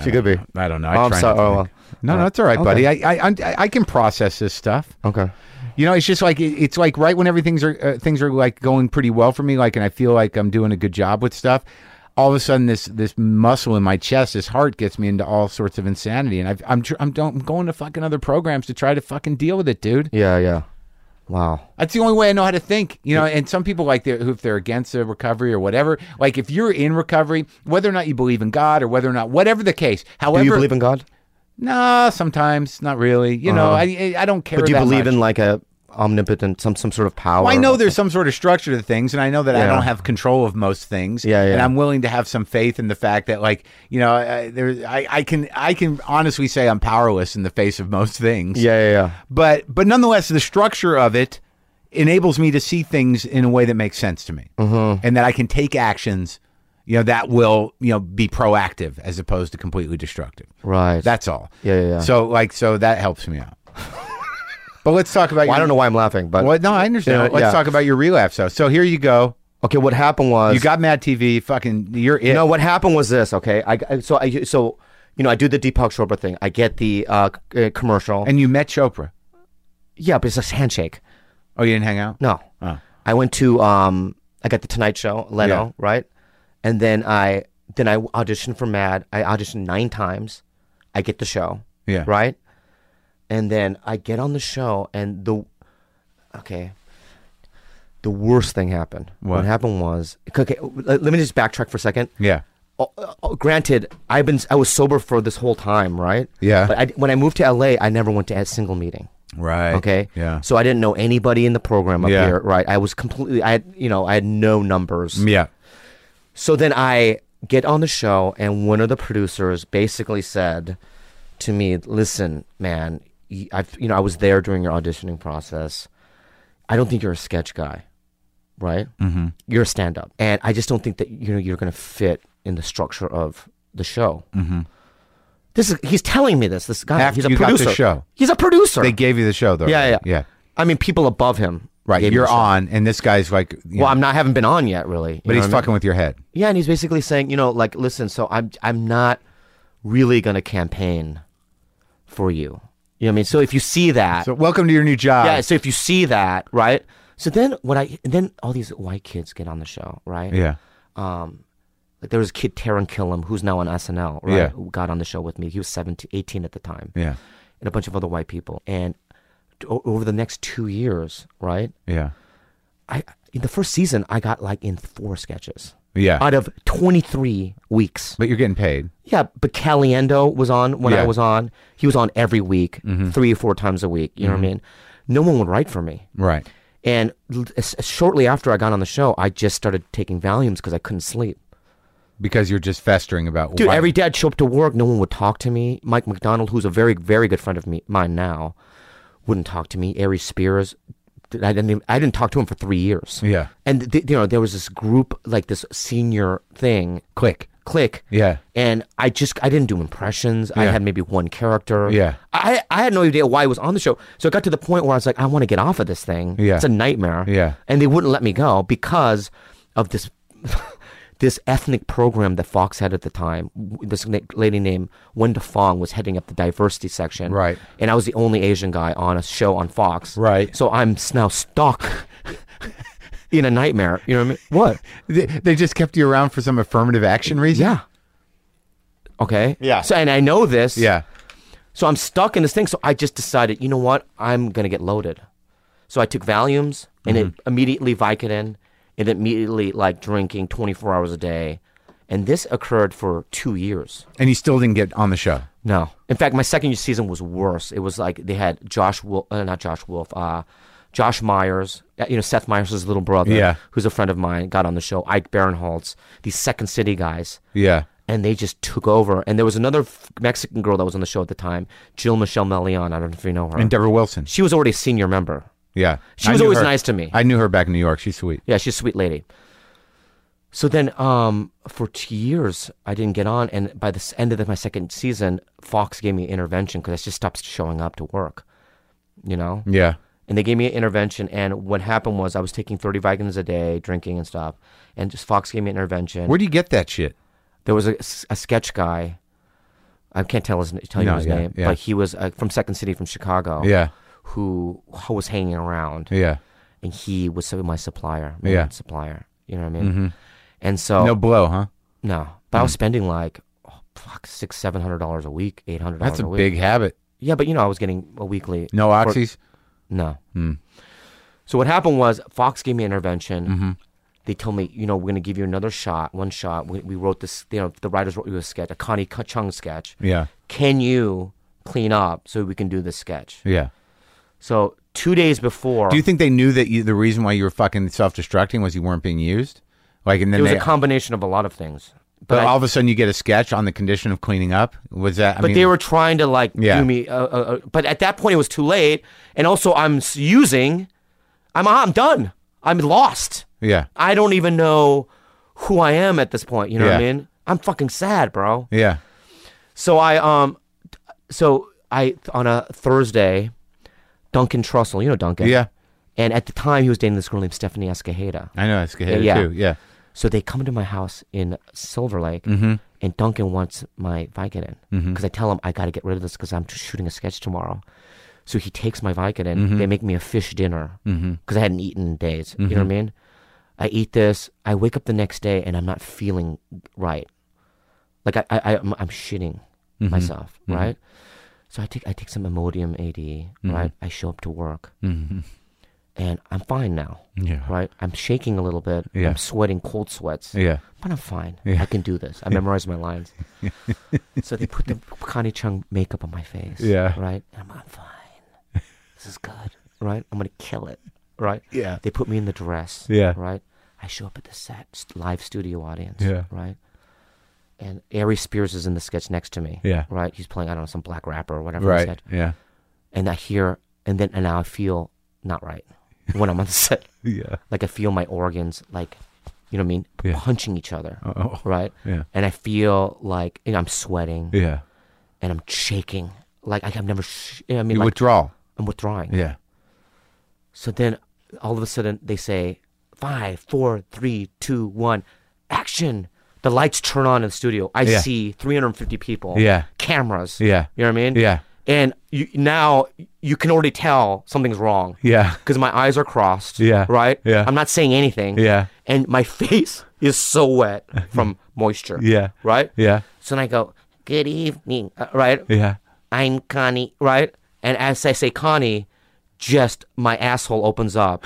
B: She could be.
A: I don't know. I
B: Oh, I'm
A: try
B: sorry.
A: not to Uh,
B: Oh,
A: think. no, no, it's all right, buddy. I, I, I, I can process this stuff.
B: Okay.
A: You know, it's just like it, it's like right when everything's are uh, things are like going pretty well for me, like, and I feel like I'm doing a good job with stuff. All of a sudden, this this muscle in my chest, this heart, gets me into all sorts of insanity, and I've, I'm tr- I'm, don't, I'm going to fucking other programs to try to fucking deal with it, dude.
B: Yeah. Yeah. Wow.
A: That's the only way I know how to think, you know. And some people like they're, who if they're against the recovery or whatever, like if you're in recovery, whether or not you believe in God or whether or not whatever the case,
B: Do
A: however,
B: you believe in God?
A: Nah, sometimes not really. You know, I I I don't care.
B: But do you
A: that
B: believe
A: much.
B: in like a omnipotent, some some sort of power.
A: Well, I know there's some sort of structure to things, and I know that I
B: Yeah.
A: don't have control of most things.
B: Yeah, yeah.
A: And I'm willing to have some faith in the fact that, like, you know, I, there, I, I can, I can honestly say I'm powerless in the face of most things.
B: Yeah, yeah, yeah.
A: But, but nonetheless, the structure of it enables me to see things in a way that makes sense to me,
B: Mm-hmm.
A: and that I can take actions, you know, that will, you know, be proactive as opposed to completely destructive.
B: Right.
A: That's all.
B: Yeah, yeah, yeah.
A: So, like, so that helps me out. but let's talk about.
B: Well, I
A: your-
B: don't know why I'm laughing, but
A: well, no, I understand.
B: Yeah,
A: Let's
B: yeah.
A: talk about your relapse, though. So here you go.
B: okay. What happened was
A: You got Mad TV. Fucking, you're it.
B: No, what happened was this. Okay, I I- so I so you know I do the Deepak Chopra thing. I get the uh, c- uh, commercial.
A: and you met Chopra.
B: yeah, but it's a handshake.
A: Oh, you didn't hang out.
B: No,
A: Oh.
B: I went to um I got the Tonight Show, Leno,
A: Yeah.
B: right? And then I then I auditioned for Mad. I auditioned nine times. I get the show.
A: Yeah.
B: Right. And then I get on the show, and the okay. The worst thing happened.
A: What?
B: happened was okay. Let let me just backtrack for a second.
A: Yeah.
B: Oh, oh, granted, I've been I was sober for this whole time, right?
A: Yeah.
B: But I, when I moved to LA, I never went to a single meeting.
A: Right.
B: Okay.
A: Yeah.
B: So I didn't know anybody in the program up
A: Yeah.
B: here, right? I was completely I had you know I had no numbers.
A: Yeah.
B: So then I get on the show, and one of the producers basically said to me, "Listen, man, y- I've you know I was there during your auditioning process. I don't think you're a sketch guy, right? Mm-hmm. You're a stand-up, and I just don't think that you know you're going to fit in the structure of the show." Mm-hmm. This is he's telling me this. This guy,
A: After
B: he's a
A: you got the
B: producer.
A: show.
B: He's a producer.
A: They gave you the show, though.
B: yeah, yeah,
A: right? Yeah.
B: I mean, people above him.
A: Right.
B: gave me
A: You're
B: the show.
A: on, and this guy's like, you
B: Well,
A: know,
B: I'm not. Haven't been on yet, really. you
A: but
B: know
A: he's
B: what I mean?
A: fucking with your head.
B: Yeah, and he's basically saying, you know, like, listen, so I'm I'm not really gonna campaign for you. You know what I mean? So if you see that,
A: So uh, welcome to your new job.
B: yeah. So if you see that, right? So then when I and then all these white kids get on the show, right?
A: Yeah.
B: Like there was a kid Taron Killam who's now on SNL, right?
A: Yeah.
B: Who got on the show with me. He was 17, 18 at the time,
A: Yeah.
B: and a bunch of other white people. And o- over the next two years, right?
A: Yeah.
B: I in the first season I got like in four sketches
A: Yeah.
B: out of twenty three weeks.
A: But you're getting paid.
B: Yeah, but Caliendo was on when
A: Yeah. Mm-hmm.
B: I was on. He was on every week, three or four times a week. You know what I mean? No one would write for me.
A: Right.
B: And l- s- shortly after I got on the show, I just started taking Valiums because I couldn't sleep.
A: Because you're just festering about.
B: Dude,
A: why-
B: every day I'd show up to work, no one would talk to me. Mike McDonald, who's a very, very good friend of me, mine now, wouldn't talk to me. Ari Spears, th- I didn't, even, I didn't talk to him for three years.
A: Yeah.
B: And th- you know, there was this group, like this senior thing,
A: Click.
B: click.
A: Yeah.
B: and I just I didn't do impressions. I
A: Yeah.
B: had maybe one character.
A: Yeah.
B: I I had no idea why I was on the show. So it got to the point where I was like, I want to get off of this thing.
A: Yeah.
B: It's a nightmare.
A: Yeah.
B: And they wouldn't let me go because of this this ethnic program that Fox had at the time. This na- lady named Wenda Fong was heading up the diversity section.
A: Right.
B: And I was the only Asian guy on a show on Fox.
A: Right.
B: So I'm s- now stuck in a nightmare. You know what I mean? What?
A: They, they just kept you around for some affirmative action reason.
B: Yeah. Okay.
A: Yeah.
B: So and I know this.
A: Yeah.
B: So I'm stuck in this thing. So I just decided, you know what? I'm gonna get loaded. So I took Valiums and it
A: Mm-hmm.
B: immediately Vicodin and immediately like drinking 24 hours a day, and this occurred for two years.
A: And he still didn't get on the show.
B: No, in fact, my second season was worse. It was like they had Josh Wolf, uh, not Josh Wolf, uh, Josh Myers, uh, you know Seth Myers' little brother,
A: Yeah.
B: who's a friend of mine, got on the show. Ike Barinholtz, these Second City guys
A: Yeah.
B: and they just took over. And there was another f- Mexican girl that was on the show at the time, Jill Michelle Melian. I don't know if you know her.
A: And Deborah Wilson.
B: she was already a senior member.
A: Yeah.
B: She
A: I
B: was
A: knew
B: always
A: her-
B: nice to me.
A: I knew her back in New York. She's sweet.
B: Yeah, she's a sweet lady. So then, um, for two years, I didn't get on. And by the s- end of the- my second season, Fox gave me intervention because I just stopped showing up to work. You know?
A: Yeah.
B: and they gave me an intervention. And what happened was I was taking 30 Vicodins a day, drinking and stuff. And just Fox gave me an intervention.
A: Where do you get that shit?
B: there was a, s- a sketch guy. I can't tell his tell you
A: No,
B: his
A: yeah,
B: name,
A: yeah.
B: but he was uh, from Second City, from Chicago.
A: Yeah.
B: who, who was hanging around,
A: Yeah.
B: and he was sort of my supplier, my
A: Yeah. Mm-hmm.
B: main supplier. You know what I mean? And so
A: No Mm.
B: no,
A: blow, huh?
B: but I was spending like oh, fuck six, seven hundred dollars a week, eight hundred.
A: That's a
B: week.
A: big habit.
B: Yeah, but you know I was getting a weekly.
A: No Hmm. oxys.
B: No. So what happened was Fox gave me an intervention.
A: Mm-hmm.
B: They told me, you know, we're going to give you another shot, one shot. We, we wrote this, you know, the writers wrote you a sketch, a Connie K- Chung sketch.
A: Yeah.
B: Can you clean up so we can do this sketch?
A: Yeah.
B: So two days before.
A: Do you think they knew that you, the reason why you were fucking self-destructing was you weren't being used? Like, and then
B: it was
A: they,
B: a combination of a lot of things.
A: but
B: I-
A: all of a sudden you get a sketch on the condition of cleaning up. Was that? I
B: but
A: mean,
B: they were trying to like
A: Yeah.
B: do me. Uh, uh, uh, but at that point, it was too late. And also, I'm s- using. I'm I'm done. I'm lost.
A: Yeah.
B: I don't even know who I am at this point. You know what
A: Yeah.
B: I mean? I'm fucking sad, bro.
A: Yeah.
B: So I um, so I on a Thursday, Duncan Trussell. You know Duncan.
A: Yeah.
B: And at the time, he was dating this girl named Stephanie Escajeda.
A: I know that's good
B: Yeah.
A: too. Yeah.
B: So they come to my house in Silver Lake, and Duncan wants my Vicodin because I tell him I got to get rid of this because I'm t- shooting a sketch tomorrow. So he takes my Vicodin. They make me a fish dinner because
A: Mm-hmm.
B: I hadn't eaten in days. You know what I mean? I eat this. I wake up the next day and I'm not feeling right. Like I, I, I I'm, I'm shitting
A: Mm-hmm.
B: myself, right? So I take I take some Imodium AD, right? I show up to work, and I'm fine now,
A: Mm-hmm. Yeah.
B: right? I'm shaking a little bit.
A: Yeah.
B: I'm sweating cold sweats
A: Yeah.
B: but I'm fine.
A: Yeah.
B: I can do this. I memorized my lines. so they put the Connie Chung makeup on my face.
A: Yeah.
B: Right? And I'm, I'm fine. This is good. Right? I'm going to kill it. Right?
A: Yeah.
B: They put me in the dress.
A: Yeah.
B: Right? I show up at the set, st- live studio audience.
A: Yeah.
B: Right? And Ari Spears is in the sketch next to me.
A: Yeah.
B: Right? He's playing, I don't know, some black rapper or whatever he
A: Right.
B: said.
A: Yeah.
B: And I hear, and then, and now I feel not right when I'm on the set.
A: Yeah.
B: Like I feel my organs, like, you know what I mean?
A: Yeah.
B: Punching each other
A: Oh.
B: right?
A: Yeah.
B: And I feel like you know, I'm sweating
A: Yeah.
B: and I'm shaking. Like I- I've never, sh- I mean,
A: You
B: like,
A: withdrawal.
B: I'm withdrawing.
A: Yeah.
B: So then all of a sudden they say, five, four, three, two, one, action. The lights turn on in the studio. I
A: Yeah.
B: see 350 people.
A: Yeah.
B: Cameras.
A: Yeah.
B: You know what I mean?
A: Yeah.
B: And you, now you can already tell something's wrong.
A: Yeah.
B: Because my eyes are crossed.
A: Yeah.
B: Right?
A: Yeah.
B: I'm not saying anything.
A: Yeah.
B: And my face is so wet from moisture.
A: Yeah.
B: Right?
A: Yeah.
B: So then I go, good evening, uh, right?
A: Yeah.
B: I'm Connie, right? And as I say Connie, just my asshole opens up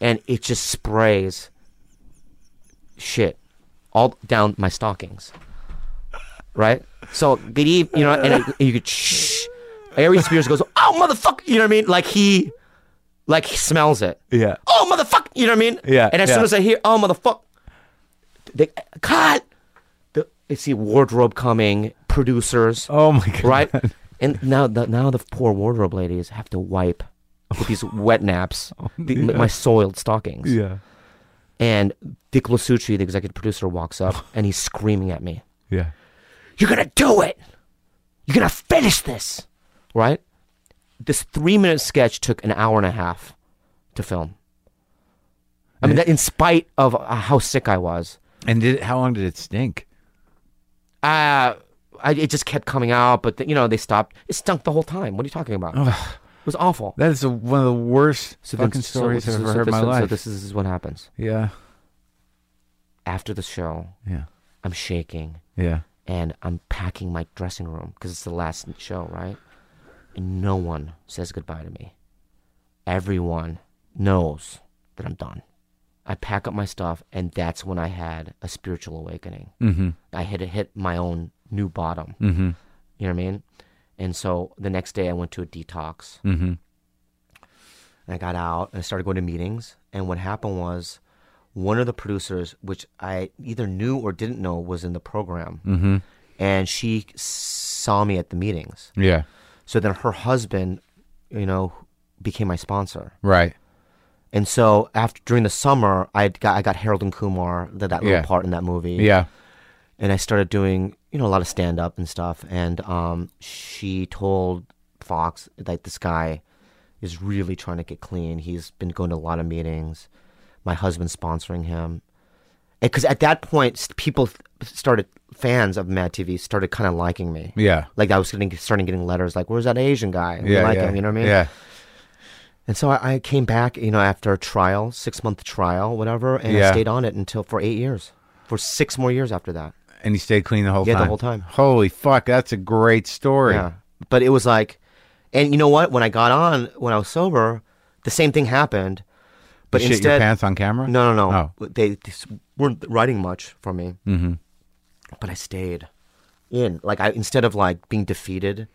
B: and it just sprays shit all down my stockings, right? So, good evening, you know, and, it, and you could, shh. Aries Spears goes, oh, motherfucker, you know what I mean? Like he, like he smells it.
A: Yeah.
B: Oh, motherfucker, you know what I mean?
A: Yeah,
B: And as
A: yeah.
B: soon as I hear, oh, motherfucker, they, cut. The, it's the wardrobe coming, producers
A: Oh my god.
B: right? And now, the, now the poor wardrobe ladies have to wipe with these wet naps, the,
A: Oh, yeah.
B: my soiled stockings.
A: Yeah.
B: And Dick Lasucci, the executive producer, walks up and he's screaming at me,
A: Yeah.
B: "You're gonna do it! You're gonna finish this!" Right? This three-minute sketch took an hour and a half to film. I mean, that in spite of uh, how sick I was,
A: And did it, how long did it stink?
B: uh, I, it just kept coming out. But you know, they stopped. It stunk the whole time. What are you talking about? It was awful.
A: That is a, one of the worst
B: then-
A: fucking stories I've
B: so-
A: ever
B: so-
A: heard in my
B: so-
A: life.
B: So this is, this is what happens.
A: yeah.
B: After the show,
A: Yeah.
B: I'm shaking
A: Yeah.
B: and I'm packing my dressing room because it's the last show, right? And no one says goodbye to me. Everyone knows that I'm done. I pack up my stuff, and that's when I had a spiritual awakening. Mm-hmm. I had hit my own new bottom. Mm-hmm. You know what I mean? And so the next day, I went to a detox. and I got out and I started going to meetings. And what happened was, one of the producers, which I either knew or didn't know, was in the program, mm-hmm. and she saw me at the meetings.
A: Yeah.
B: So then her husband, you know, became my sponsor.
A: Right.
B: And so after during the summer, I got I got Harold and Kumar did that little
A: Yeah.
B: part in that movie
A: Yeah.
B: and I started doing you know a lot of stand up and stuff. And um, she told Fox like this guy is really trying to get clean. He's been going to a lot of meetings. My husband's sponsoring him because at that point s- people th- started fans of Mad TV started kind of liking me.
A: Yeah.
B: Like I was getting starting getting letters like, "Where's that Asian guy? We
A: Yeah.
B: like
A: yeah.
B: him," you know what I mean?
A: Yeah.
B: And so I, I came back, you know, after a trial, six month trial, whatever, and
A: Yeah.
B: I stayed on it until for eight years, for six more years after that.
A: And he stayed clean the whole
B: Yeah, the
A: time.
B: whole time.
A: Holy fuck, that's a great story.
B: Yeah. But it was like, and you know what? When I got on, when I was sober, the same thing happened. But
A: you shit your
B: instead,
A: pants on camera?
B: no, no, no.
A: Oh.
B: They, they s- weren't writing much for me. Mm-hmm. But I stayed in. Like I, instead of like being defeated,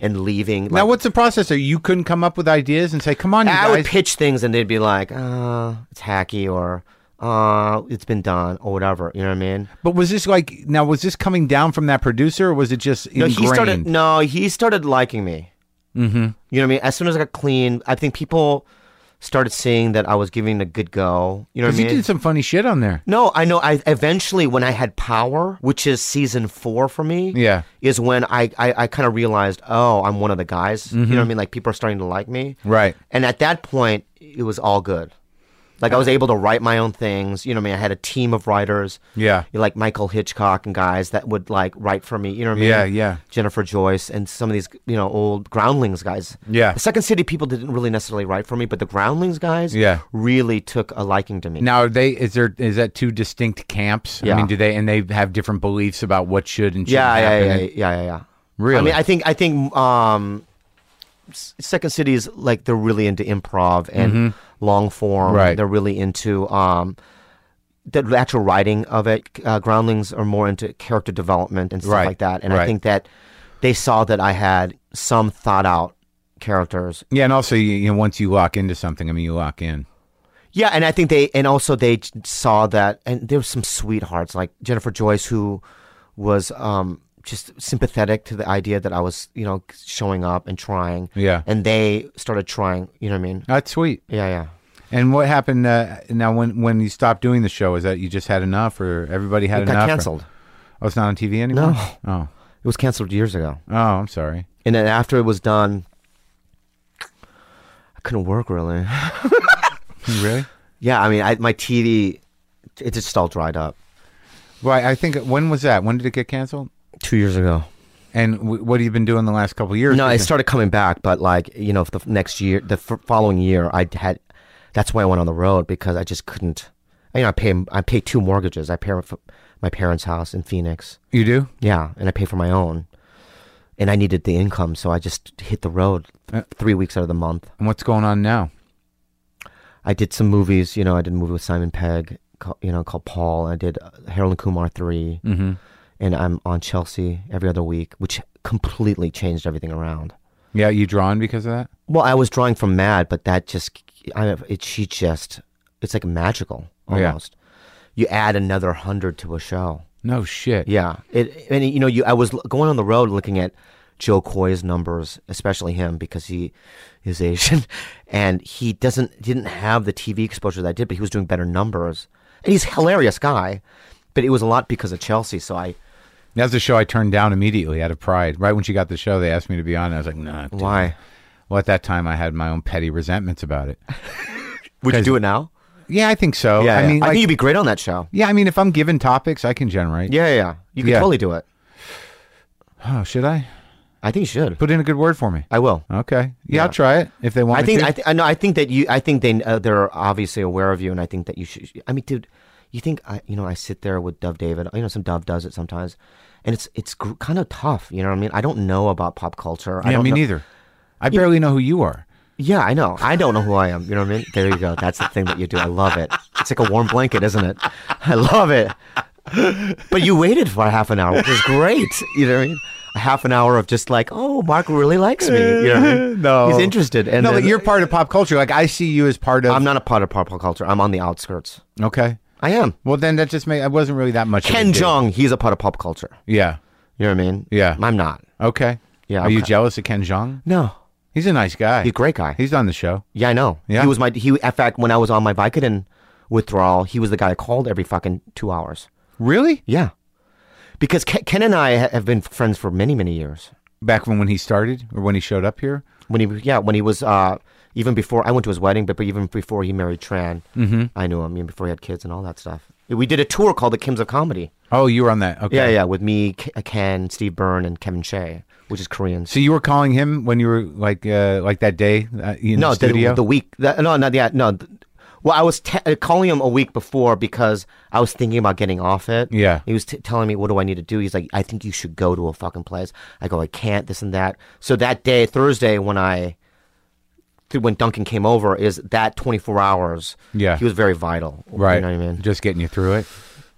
B: and leaving.
A: Now,
B: like,
A: what's the process? Are you couldn't come up with ideas and say, "Come on, you
B: I would
A: guys."
B: pitch things and they'd be like, uh, it's hacky or uh, it's been done or whatever. You know what I mean?
A: but was this like now? Was this coming down from that producer, or was it just
B: No,
A: ingrained?
B: he started. No, he started liking me. Mm-hmm. You know what I mean? As soon as I got clean, I think people started seeing that I was giving it a good go. You know what I
A: 'Cause he
B: mean?
A: did some funny shit on there.
B: No, I know. I eventually, when I had power, which is season four for me,
A: Yeah.
B: is when I I, I kind of realized, oh, I'm one of the guys. You know what I mean? Like people are starting to like me,
A: Mm-hmm. Right.
B: And at that point, it was all good. Like I was able to write my own things. You know what I mean? I had a team of writers.
A: Yeah.
B: like Michael Hitchcock and guys that would like write for me. You know what I mean?
A: Yeah, yeah.
B: Jennifer Joyce and some of these you know old Groundlings guys.
A: Yeah.
B: the Second City people didn't really necessarily write for me, but the Groundlings guys,
A: Yeah.
B: really took a liking to me.
A: Now, are they is there is that two distinct camps? I
B: Yeah.
A: mean, do they and they have different beliefs about what should and should
B: yeah, yeah,
A: happen?
B: yeah, yeah, yeah, yeah.
A: Really?
B: I mean, I think I think um, S- Second City is like they're really into improv and long form.
A: Mm-hmm. Right.
B: They're really into um, the actual writing of it. Uh, Groundlings are more into character development and stuff
A: Right,
B: like that. And
A: right.
B: I think that they saw that I had some thought out characters.
A: Yeah, and also you, you know, once you lock into something, I mean, you lock in.
B: Yeah, and I think they and also they j- saw that and there were some sweethearts like Jennifer Joyce who was um just sympathetic to the idea that I was, you know, showing up and trying.
A: Yeah. Oh.
B: And they started trying, you know what I mean?
A: That's sweet.
B: Yeah, yeah.
A: And what happened uh, now when when you stopped doing the show? Is that you just had enough, or everybody had
B: It
A: enough?
B: got
A: or-
B: canceled.
A: oh, it's not on TV anymore.
B: No.
A: Oh.
B: It was canceled years ago.
A: Oh, I'm sorry.
B: And then after it was done I couldn't work really.
A: Really?
B: yeah, I mean, I my TV it just all dried up
A: Right. I think when was that? When did it get canceled?
B: 2 years ago.
A: And w- what have you been doing the last couple of years?
B: No, it
A: Is it-
B: started coming back, but like you know, the next year, the f- following year, I had. That's why I went on the road because I just couldn't. You know, I pay I pay two mortgages. I pay for my parents' house in Phoenix,
A: you do.
B: yeah, and I pay for my own, and I needed the income, so I just hit the road th- three weeks out of the month.
A: And what's going on now?
B: I did some movies. You know, I did a movie with Simon Pegg, called, you know, called Paul. I did uh, Harold and Kumar 3 mm-hmm. and I'm on Chelsea every other week, which completely changed everything around.
A: Yeah, you drawn because of that?
B: Well, I was drawing from Mad, but that just, I, it, she just, it's like magical
A: yeah.
B: almost. You add another hundred to a show.
A: No shit.
B: Yeah. It, and you know, you, I was l- going on the road looking at Joe Coy's numbers, especially him because he is Asian and he doesn't, didn't have the TV exposure that I did, but he was doing better numbers. And he's a hilarious guy, but it was a lot because of Chelsea. So I,
A: That was the show I turned down immediately out of pride. Right when she got the show, they asked me to be on. And I was like, no. Nah, dude."
B: why?
A: well, at that time, I had my own petty resentments about it.
B: Would you do it now?
A: Yeah, I think so. I mean,
B: I
A: like-
B: think you'd be great on that show.
A: yeah, I mean, if I'm given topics, I can generate.
B: Yeah, yeah, yeah. You could
A: Yeah.
B: totally do it.
A: Oh, should I
B: I think you should.
A: put in a good word for me?
B: I will.
A: Okay. Yeah, I'll try it if they want.
B: I
A: me
B: think
A: to.
B: I, th- I know. I think that you. I think they uh, they're obviously aware of you, and I think that you should. I mean, dude, you think I? You know, I sit there with Dove David. You know, some Dove does it sometimes, and it's it's gr- kind of tough. You know what I mean? I don't know about pop culture. I
A: yeah,
B: don't
A: me
B: know-
A: neither. I barely know who you are.
B: Yeah, I know. I don't know who I am. You know what I mean? There you go. That's the thing that you do. I love it. It's like a warm blanket, isn't it? I love it. But you waited for half an hour, which is great. You know what I mean? A half an hour of just like, oh, Mark really likes me. You know what I mean?
A: No.
B: he's interested. And
A: no,
B: then-
A: but you're part of pop culture. Like I see you as part of.
B: I'm not a part of pop culture. I'm on the outskirts.
A: okay.
B: I am.
A: Well, then that just made. I wasn't really that much. of a
B: Ken
A: dick.
B: Jong, he's a part of pop culture.
A: Yeah.
B: You know what I mean?
A: Yeah.
B: I'm not.
A: Okay.
B: Yeah,
A: Are you
B: okay.
A: jealous of Ken Jong?
B: No.
A: He's a nice guy.
B: He's a great guy.
A: He's on the show.
B: yeah, I know.
A: Yeah.
B: He was my he in fact when I was on my Vicodin withdrawal, he was the guy I called every fucking 2 hours.
A: Really?
B: Yeah. Because Ke- Ken and I ha- have been friends for many, many years.
A: Back from when he started or when he showed up here?
B: When he yeah, when he was uh even before I went to his wedding, but, but even before he married Tran, mm-hmm. I knew him, even before he had kids and all that stuff. We did a tour called the Kims of Comedy.
A: Oh, you were on that. Okay.
B: Yeah, yeah, with me, K- uh, Ken, Steve Byrne, and Kevin Shea, which is Korean.
A: So you were calling him when you were like uh, like that day uh, in
B: no,
A: the studio?
B: The, the week. The, no, not yet. No. th- well, I was te- uh, calling him a week before because I was thinking about getting off it.
A: Yeah.
B: He was t- telling me, what do I need to do? He's like, I think you should go to a fucking place. I go, I can't, this and that. So that day, Thursday, when I. th- When Duncan came over, is that 24 hours?
A: Yeah.
B: He was very vital.
A: right.
B: You know what I mean?
A: Just getting you through it,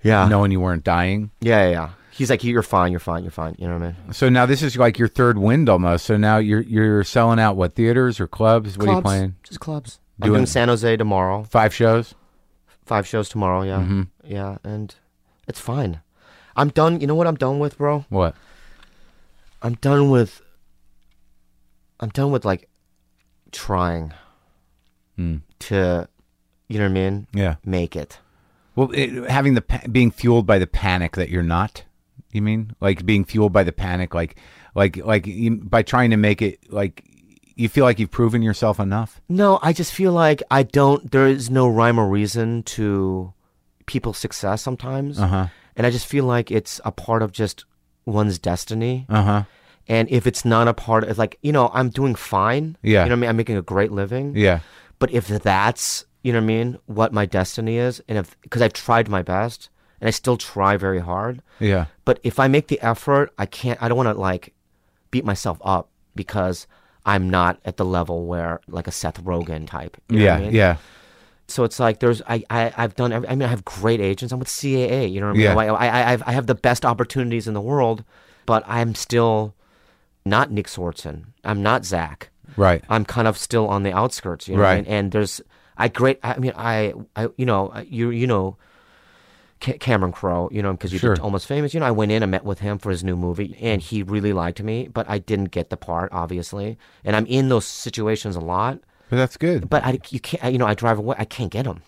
B: Yeah.
A: knowing you weren't dying.
B: Yeah, yeah, yeah. He's like, "You're fine. You're fine. You're fine." You know what I mean?
A: So now this is like your third wind almost. So now you're you're selling out what theaters or clubs? What are you
B: Clubs.
A: playing?
B: Just clubs.
A: Doing-
B: I'm doing San Jose tomorrow.
A: Five shows.
B: Five shows tomorrow. Yeah,
A: Mm-hmm.
B: yeah, and it's fine. I'm done. You know what I'm done with, bro?
A: What?
B: I'm done with. I'm done with like trying
A: Mm.
B: to, you know what I mean?
A: Yeah.
B: Make it.
A: Well, it, having the pa- being fueled by the panic that you're not. You mean like being fueled by the panic, like like like you, by trying to make it like you feel like you've proven yourself enough.
B: No, I just feel like I don't. There is no rhyme or reason to people's success sometimes,
A: Uh-huh.
B: and I just feel like it's a part of just one's destiny.
A: Uh huh.
B: And if it's not a part of, like, you know, I'm doing fine.
A: Yeah.
B: You know what I mean? I'm making a great living.
A: Yeah.
B: But if that's, you know what I mean, what my destiny is, and if, because I've tried my best and I still try very hard.
A: Yeah.
B: But if I make the effort, I can't, I don't want to like beat myself up because I'm not at the level where like a Seth Rogen type. you know what
A: yeah.
B: I mean?
A: Yeah.
B: So it's like there's I, I I've done every, I mean I have great agents. I'm with CAA. You know what I mean?
A: Yeah.
B: I, I I've- I have the best opportunities in the world, but I'm still not Nick Swartzen. I'm not Zach.
A: Right.
B: I'm kind of still on the outskirts. You know what I
A: Right.
B: mean? And there's I great. I mean I I you know you you know. Ca- Cameron Crowe, you know, because you
A: Sure.
B: did Almost Famous. You know, I went in and met with him for his new movie, and he really liked me, but I didn't get the part, obviously. And I'm in those situations a lot
A: But that's good.
B: but I, you can't, you know, I drive away. I can't get them.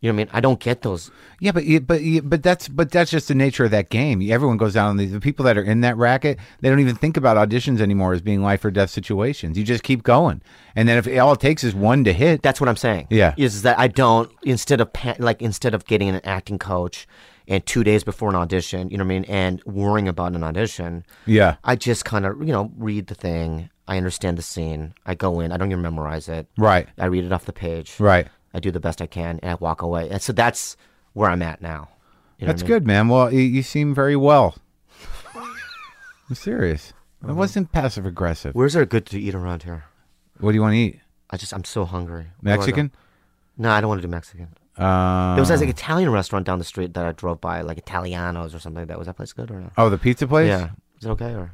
B: You know what I mean? I don't get those.
A: Yeah, but you- but you- but that's but that's just the nature of that game. Everyone goes out on these. The people that are in that racket, they don't even think about auditions anymore as being life or death situations. You just keep going, and then if all it takes is one to hit,
B: That's what I'm saying.
A: Yeah.
B: Is that I don't, instead of, pa- like, instead of getting an acting coach and two days before an audition, you know what I mean? And worrying about an audition,
A: yeah,
B: I just kind of, you know, read the thing. I understand the scene. I go in. I don't even memorize it.
A: right,
B: I read it off the page.
A: right.
B: I do the best I can and I walk away. And so that's where I'm at now. You know
A: That's
B: what I mean?
A: good, man. Well, you, you seem very well. I'm serious.
B: Uh-huh.
A: I wasn't passive aggressive.
B: Where's there good to eat around here?
A: What do you want to eat?
B: I just, I'm so hungry. Where do I go?
A: Mexican?
B: No, I don't want to do Mexican.
A: Uh,
B: There was like an Italian restaurant down the street that I drove by, like Italianos or something like that. Was that place good or no?
A: oh, the pizza place.
B: Yeah. Is it okay or?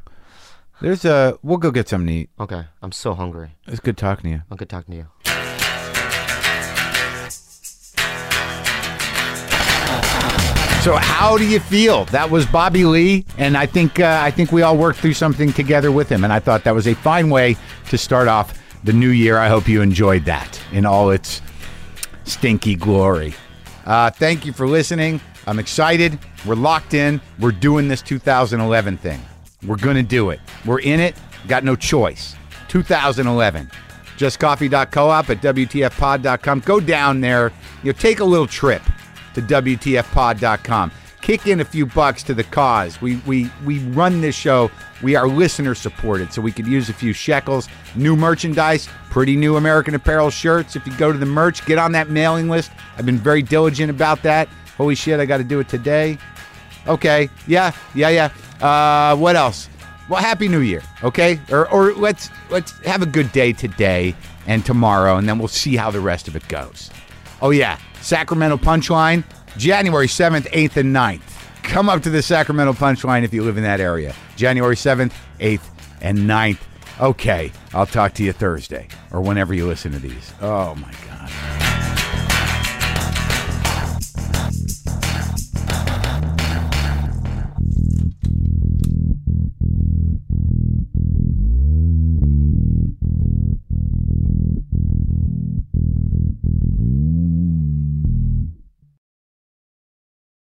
A: There's a. We'll go get something to eat.
B: Okay. I'm so hungry.
A: It's good talking to you.
B: I'm good talking to you.
A: So how do you feel? That was Bobby Lee, and I think uh, I think we all worked through something together with him, and I thought that was a fine way to start off the new year. I hope you enjoyed that in all its stinky glory. Uh, thank you for listening. I'm excited. We're locked in. We're doing this 2011 thing. We're gonna do it. We're in it. Got no choice. 2011. JustCoffee.coop at WTFpod.com. Go down there. You know, take a little trip to WTFpod.com. Kick in a few bucks to the cause. We we we run this show. We are listener supported, so we could use a few shekels. New merchandise, pretty new American Apparel shirts. If you go to the merch, get on that mailing list. I've been very diligent about that. Holy shit, I got to do it today. Okay. Yeah. Yeah. Yeah. Uh, what else? Well, happy New Year. Okay. Or, or let's let's have a good day today and tomorrow, and then we'll see how the rest of it goes. Oh yeah, Sacramento Punchline, January seventh, eighth, and 9th. Come up to the Sacramento Punchline if you live in that area. January seventh, eighth, and 9th. Okay. I'll talk to you Thursday or whenever you listen to these. Oh my God.